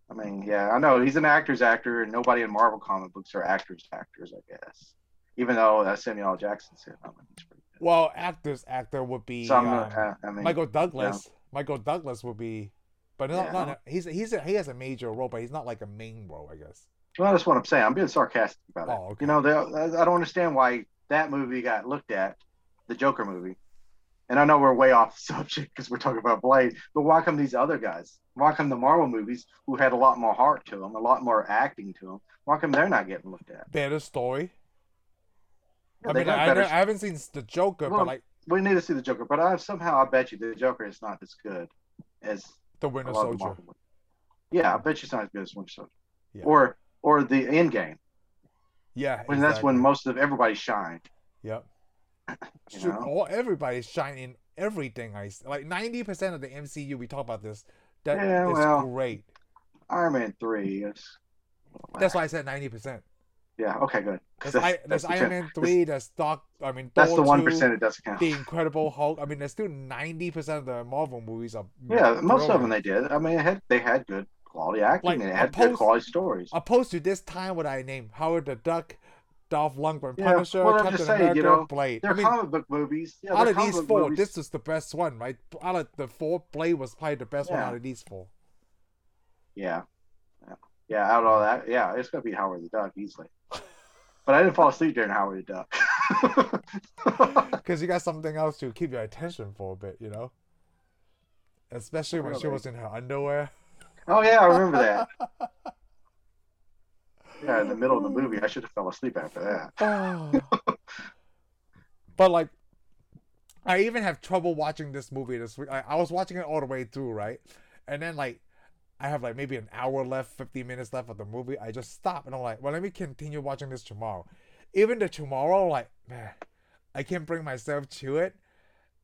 [SPEAKER 2] I mean, yeah, I know he's an actor's actor, and nobody in Marvel comic books are actors' actors, I guess. Even though uh, Samuel L. Jackson's in them, and he's pretty good.
[SPEAKER 1] well, actors actor would be
[SPEAKER 2] So I'm,
[SPEAKER 1] um,
[SPEAKER 2] uh, I mean,
[SPEAKER 1] Michael Douglas. Michael Douglas would be, but not,
[SPEAKER 2] Yeah.
[SPEAKER 1] not he's he's a, he has a major role, but he's not like a main role, I guess.
[SPEAKER 2] Well, that's what I'm saying. I'm being sarcastic about it.
[SPEAKER 1] Oh, okay.
[SPEAKER 2] You know, they, I I don't understand why that movie got looked at, the Joker movie. And I know we're way off subject because we're talking about Blade, but why come these other guys? Why come the Marvel movies, who had a lot more heart to them, a lot more acting to them, why come they're not getting looked at?
[SPEAKER 1] Better story.
[SPEAKER 2] Yeah,
[SPEAKER 1] I
[SPEAKER 2] they
[SPEAKER 1] mean,
[SPEAKER 2] got
[SPEAKER 1] I,
[SPEAKER 2] better-
[SPEAKER 1] know- I haven't seen the Joker,
[SPEAKER 2] Well,
[SPEAKER 1] but like
[SPEAKER 2] we need to see the Joker, but I somehow I bet you the Joker is not as good as
[SPEAKER 1] the
[SPEAKER 2] a
[SPEAKER 1] Winter
[SPEAKER 2] lot of the
[SPEAKER 1] Soldier.
[SPEAKER 2] Marvel movies. Yeah, I bet you it's not as good as Winter Soldier,
[SPEAKER 1] Yeah.
[SPEAKER 2] or or the End Game,
[SPEAKER 1] Yeah,
[SPEAKER 2] when that's
[SPEAKER 1] exactly.
[SPEAKER 2] when most of everybody shined.
[SPEAKER 1] Yep.
[SPEAKER 2] You
[SPEAKER 1] Shoot,
[SPEAKER 2] know?
[SPEAKER 1] all everybody's shining everything. I s- like ninety percent of the MCU. We talk about this. That is
[SPEAKER 2] Yeah, well.
[SPEAKER 1] great.
[SPEAKER 2] Iron Man three is.
[SPEAKER 1] That's why I said ninety percent.
[SPEAKER 2] Yeah. Okay. Good.
[SPEAKER 1] There's,
[SPEAKER 2] That's-
[SPEAKER 1] I, there's
[SPEAKER 2] that's the
[SPEAKER 1] Iron
[SPEAKER 2] ten-
[SPEAKER 1] Man
[SPEAKER 2] that's-
[SPEAKER 1] three. There's Doc. I mean,
[SPEAKER 2] That's
[SPEAKER 1] Thor
[SPEAKER 2] the one
[SPEAKER 1] 2,
[SPEAKER 2] percent that doesn't count.
[SPEAKER 1] The Incredible Hulk. I mean, there's still ninety percent of the Marvel movies are.
[SPEAKER 2] Yeah, most of them
[SPEAKER 1] brilliant.
[SPEAKER 2] they did. I mean, it had, they had good quality acting
[SPEAKER 1] Like,
[SPEAKER 2] and it had good
[SPEAKER 1] opposed-
[SPEAKER 2] quality stories.
[SPEAKER 1] Opposed to this time when I named Howard the Duck, Dolph Lundgren,
[SPEAKER 2] Yeah,
[SPEAKER 1] Punisher,
[SPEAKER 2] well, I'm
[SPEAKER 1] Captain
[SPEAKER 2] just saying,
[SPEAKER 1] America,
[SPEAKER 2] you know,
[SPEAKER 1] Blade.
[SPEAKER 2] They're
[SPEAKER 1] I mean,
[SPEAKER 2] comic book movies. Yeah,
[SPEAKER 1] out
[SPEAKER 2] they're
[SPEAKER 1] of
[SPEAKER 2] comic
[SPEAKER 1] these
[SPEAKER 2] book
[SPEAKER 1] four,
[SPEAKER 2] movies.
[SPEAKER 1] this is the best one, right? Out of the four, Blade was probably the best one
[SPEAKER 2] Yeah.
[SPEAKER 1] out of these four.
[SPEAKER 2] Yeah. Yeah. Yeah, out of all that, yeah, it's gonna be Howard the Duck easily. But I didn't fall asleep during Howard the Duck.
[SPEAKER 1] Because you got something else to keep your attention for a bit, you know? Especially when she
[SPEAKER 2] Totally.
[SPEAKER 1] was in her underwear.
[SPEAKER 2] oh yeah, I remember that. Yeah, in the middle of the movie, I should have fell asleep after that.
[SPEAKER 1] Oh. but like, I even have trouble watching this movie this week. Like, I was watching it all the way through, right? And then like, I have like maybe an hour left, fifty minutes left of the movie. I just stop and I'm like, well, let me continue watching this tomorrow. Even the tomorrow, like, man, I can't bring myself to it.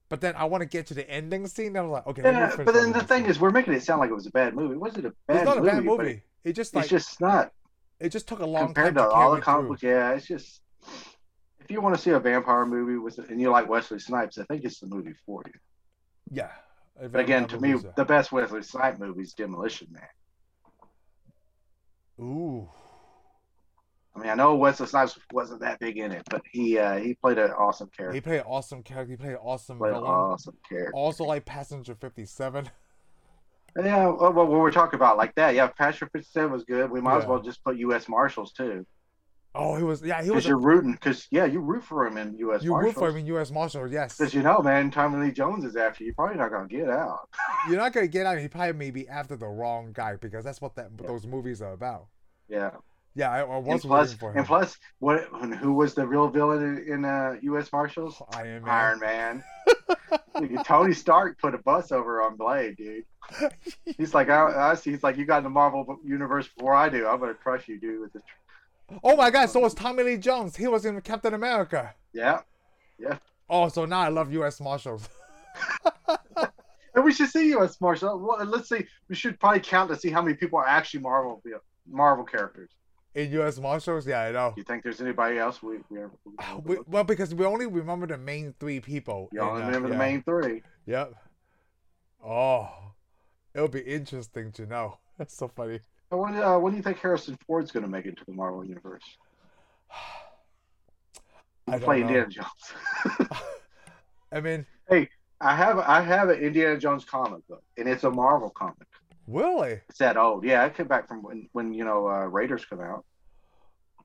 [SPEAKER 1] But then I want to get to the ending scene. And I'm like, okay. let me
[SPEAKER 2] Yeah,
[SPEAKER 1] finish
[SPEAKER 2] but then
[SPEAKER 1] watching
[SPEAKER 2] the
[SPEAKER 1] this
[SPEAKER 2] thing
[SPEAKER 1] movie.
[SPEAKER 2] is, we're making it sound like it was a bad movie. It wasn't a bad
[SPEAKER 1] it's not a
[SPEAKER 2] movie.
[SPEAKER 1] bad
[SPEAKER 2] but
[SPEAKER 1] movie. It just
[SPEAKER 2] It's
[SPEAKER 1] like
[SPEAKER 2] just not
[SPEAKER 1] it just took a long
[SPEAKER 2] compared
[SPEAKER 1] time
[SPEAKER 2] to
[SPEAKER 1] to
[SPEAKER 2] all
[SPEAKER 1] carry
[SPEAKER 2] the comic book. Yeah, it's just if you want to see a vampire movie with and you like Wesley Snipes, I think it's the movie for you.
[SPEAKER 1] through. Yeah. If
[SPEAKER 2] But
[SPEAKER 1] I'm
[SPEAKER 2] again,
[SPEAKER 1] not
[SPEAKER 2] to me,
[SPEAKER 1] mistaken.
[SPEAKER 2] the best Wesley Snipes movie is Demolition Man.
[SPEAKER 1] Ooh.
[SPEAKER 2] I mean, I know Wesley Snipes wasn't that big in it, but he uh, he played an awesome character.
[SPEAKER 1] He played an awesome character. He played an awesome
[SPEAKER 2] played an
[SPEAKER 1] villain.
[SPEAKER 2] awesome character.
[SPEAKER 1] also, like Passenger 57.
[SPEAKER 2] And yeah, oh, well, well, we're talking about like that. Yeah, Patrick Fitz was good. We might as
[SPEAKER 1] Yeah.
[SPEAKER 2] well just put U.S. Marshals too,
[SPEAKER 1] Oh, he was. Yeah, he
[SPEAKER 2] because
[SPEAKER 1] was. a-
[SPEAKER 2] you're rooting. Because yeah, you root for him in U.S.
[SPEAKER 1] you root
[SPEAKER 2] Marshals.
[SPEAKER 1] for him in U.S. Marshal. Yes.
[SPEAKER 2] Because you know, man, Tommy Lee Jones is after you. You're probably not gonna get out.
[SPEAKER 1] You're not gonna get out. He probably may be after the wrong guy because that's what that
[SPEAKER 2] Yeah.
[SPEAKER 1] those movies are about.
[SPEAKER 2] Yeah.
[SPEAKER 1] Yeah, I, I was rooting
[SPEAKER 2] And plus,
[SPEAKER 1] for him.
[SPEAKER 2] and plus, what? Who was the real villain in, in uh, U.S. Marshals?
[SPEAKER 1] Iron Oh, Man.
[SPEAKER 2] Iron Man. Tony Stark put a bus over on Blade, dude. He's like, I, I see. He's like, you got in the Marvel universe before I do. I'm gonna crush you, dude. With the
[SPEAKER 1] Oh my God! So was Tommy Lee Jones. He was in Captain America.
[SPEAKER 2] yeah.
[SPEAKER 1] Oh, so now I love U.S. Marshals.
[SPEAKER 2] And we should see U.S. Marshals. Well, Let's see. We should probably count to see how many people are actually Marvel Marvel characters.
[SPEAKER 1] In U.S. Marshals, yeah, I know. Ah,
[SPEAKER 2] Do you think there's anybody else? We we, are, we,
[SPEAKER 1] Uh, We, well, because we only remember the main three people.
[SPEAKER 2] you all
[SPEAKER 1] in, uh,
[SPEAKER 2] remember the
[SPEAKER 1] yeah.
[SPEAKER 2] main three.
[SPEAKER 1] Yep. Oh, it'll be interesting to know. That's so funny.
[SPEAKER 2] So when, uh, when do you think Harrison Ford's going to make it to the Marvel universe?
[SPEAKER 1] I don't
[SPEAKER 2] Play
[SPEAKER 1] know.
[SPEAKER 2] Indiana Jones.
[SPEAKER 1] I mean,
[SPEAKER 2] I have I have an Indiana Jones comic book, and it's a Marvel comic.
[SPEAKER 1] really?
[SPEAKER 2] It's that old. "Oh, Yeah, it came back from when when you know uh, Raiders come out.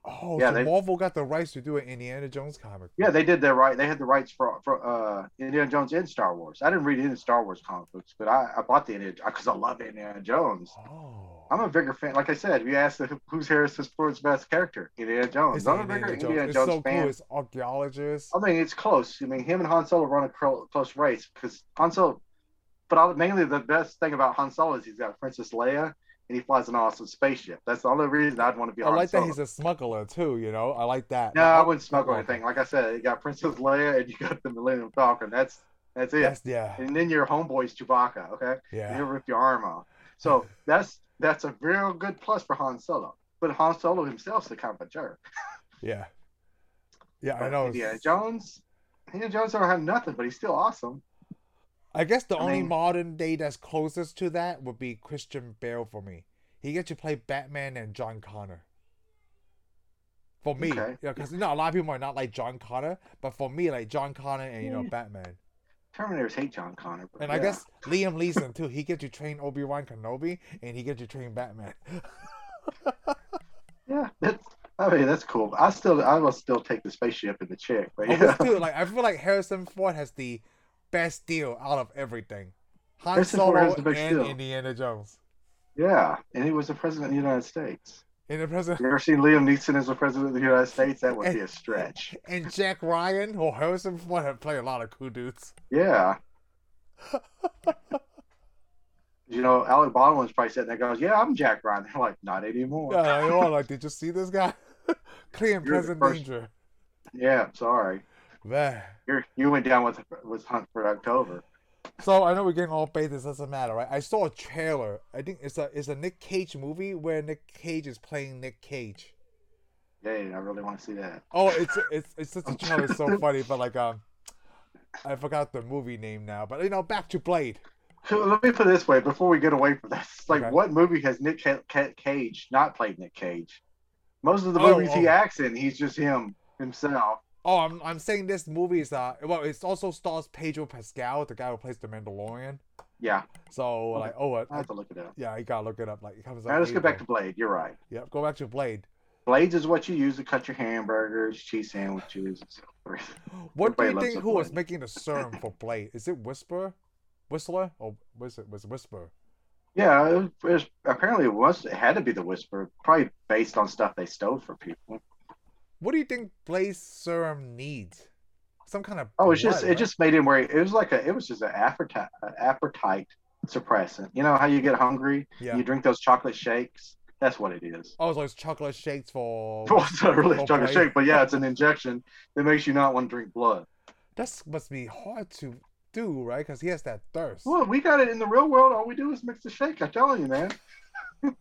[SPEAKER 1] Oh,
[SPEAKER 2] Yeah,
[SPEAKER 1] so
[SPEAKER 2] they-
[SPEAKER 1] Marvel got the rights to do an Indiana Jones comic.
[SPEAKER 2] Yeah, they did their right. They had the rights for for uh, Indiana Jones and Star Wars. I didn't read any Star Wars comic books, but I, I bought the Indiana because I love Indiana Jones.
[SPEAKER 1] Oh.
[SPEAKER 2] I'm a bigger fan. Like I said, if you asked the, who's Harrison Ford's best character, Indiana Jones.
[SPEAKER 1] It's
[SPEAKER 2] I'm a
[SPEAKER 1] Indiana
[SPEAKER 2] bigger
[SPEAKER 1] Jones.
[SPEAKER 2] Indiana
[SPEAKER 1] It's
[SPEAKER 2] Jones
[SPEAKER 1] so
[SPEAKER 2] fan.
[SPEAKER 1] cool. It's archaeologists.
[SPEAKER 2] I mean, it's close. I mean, him and Han Solo run a cro- close race because Han Solo. But I, mainly, the best thing about Han Solo is he's got Princess Leia, and he flies an awesome spaceship. That's the only reason I'd want to be
[SPEAKER 1] I
[SPEAKER 2] Han
[SPEAKER 1] like that
[SPEAKER 2] Solo.
[SPEAKER 1] he's a smuggler too. You know, I like that.
[SPEAKER 2] no, I wouldn't smuggle
[SPEAKER 1] Okay.
[SPEAKER 2] anything. Like I said, you got Princess Leia and you got the Millennium Falcon. That's that's it.
[SPEAKER 1] That's, yeah,
[SPEAKER 2] and then your homeboy's Chewbacca. Okay,
[SPEAKER 1] yeah.
[SPEAKER 2] he'll rip your arm off. So that's that's a real good plus for Han Solo. But Han Solo himself's the kind of a jerk.
[SPEAKER 1] Yeah. Yeah, I
[SPEAKER 2] But
[SPEAKER 1] know.
[SPEAKER 2] Indiana
[SPEAKER 1] it's-
[SPEAKER 2] Jones. Indiana Jones don't have nothing, but he's still awesome.
[SPEAKER 1] I guess the
[SPEAKER 2] I
[SPEAKER 1] only
[SPEAKER 2] mean-
[SPEAKER 1] modern day that's closest to that would be Christian Bale for me. He gets to play Batman and John Connor. For me,
[SPEAKER 2] Okay.
[SPEAKER 1] yeah, because you know a lot of people are not like John Connor, but for me, like John Connor and you know
[SPEAKER 2] Yeah.
[SPEAKER 1] Batman,
[SPEAKER 2] Terminators hate John Connor. but
[SPEAKER 1] and I
[SPEAKER 2] yeah.
[SPEAKER 1] guess Liam Neeson too. He gets to train Obi Wan Kenobi, and he gets to train Batman.
[SPEAKER 2] yeah, that's, I mean that's cool. I still I will still take the spaceship and the chick, but
[SPEAKER 1] I
[SPEAKER 2] yeah,
[SPEAKER 1] was too. Like I feel like Harrison Ford has the best deal out of everything. Han
[SPEAKER 2] Harrison Ford
[SPEAKER 1] Solo
[SPEAKER 2] has the best
[SPEAKER 1] and
[SPEAKER 2] deal.
[SPEAKER 1] Indiana Jones.
[SPEAKER 2] yeah. And he was the president of the United States.
[SPEAKER 1] In the present,
[SPEAKER 2] You ever seen Liam Neeson as the president of the United States? That would be a stretch.
[SPEAKER 1] and Jack Ryan or Harrison Ford have played a lot of cool dudes.
[SPEAKER 2] Yeah. You know, Alec Baldwin's probably sitting there goes, "Yeah, I'm Jack Ryan." They're like, "Not anymore."
[SPEAKER 1] Yeah, like, oh, like, did you see this guy? Clear and
[SPEAKER 2] You're the
[SPEAKER 1] present
[SPEAKER 2] first-
[SPEAKER 1] danger.
[SPEAKER 2] yeah, sorry.
[SPEAKER 1] Man.
[SPEAKER 2] You you went down with with Hunt for October.
[SPEAKER 1] So I know we're getting all bait. This doesn't matter, right? I saw a trailer. I think it's a it's a Nick Cage movie where Nick Cage is playing Nick Cage.
[SPEAKER 2] Dang, I really want to see that.
[SPEAKER 1] Oh, it's it's it's such a trailer. It's so funny, but like um, I forgot the movie name now. But you know, back to Blade.
[SPEAKER 2] Let me put it this way before we get away from this. Like,
[SPEAKER 1] Okay.
[SPEAKER 2] what movie has Nick Ca- Ca- Cage not played Nick Cage? Most of the
[SPEAKER 1] Oh,
[SPEAKER 2] movies he
[SPEAKER 1] oh.
[SPEAKER 2] acts in, he's just him himself.
[SPEAKER 1] Oh, I'm, I'm saying this movie is uh well, it also stars Pedro Pascal, the guy who plays the Mandalorian.
[SPEAKER 2] Yeah,
[SPEAKER 1] So like, oh, uh,
[SPEAKER 2] I have to look it up.
[SPEAKER 1] yeah, you gotta look it up. Like, it comes
[SPEAKER 2] Now
[SPEAKER 1] out
[SPEAKER 2] let's get back to
[SPEAKER 1] April.
[SPEAKER 2] Blade. You're right.
[SPEAKER 1] Yep, go back to Blade.
[SPEAKER 2] Blades is what you use to cut your hamburgers, cheese sandwiches, and so forth.
[SPEAKER 1] What do
[SPEAKER 2] Everybody
[SPEAKER 1] you
[SPEAKER 2] loves
[SPEAKER 1] think?
[SPEAKER 2] a
[SPEAKER 1] Who was
[SPEAKER 2] Blade.
[SPEAKER 1] making the serum for Blade? Is it Whisper, Whistler, or was it was it Whisper?
[SPEAKER 2] Yeah, it was, apparently it was it had to be the Whisper, probably based on stuff they stole from people.
[SPEAKER 1] What do you think Blade's serum needs? Some kind of
[SPEAKER 2] Oh, it's
[SPEAKER 1] blood,
[SPEAKER 2] just it
[SPEAKER 1] right?
[SPEAKER 2] just made him where it was like a it was just an appetite appetite suppressant. You know how you get hungry,
[SPEAKER 1] yeah.
[SPEAKER 2] you drink those chocolate shakes. That's what it is.
[SPEAKER 1] Oh, it's those chocolate shakes for.
[SPEAKER 2] Well, it's not really a
[SPEAKER 1] Oh,
[SPEAKER 2] chocolate
[SPEAKER 1] boy.
[SPEAKER 2] shake, but yeah, it's an injection that makes you not want to drink blood.
[SPEAKER 1] That must be hard to do, right? Because he has that thirst.
[SPEAKER 2] Well, we got it in the real world. All we do is mix the shake. I'm telling you, man.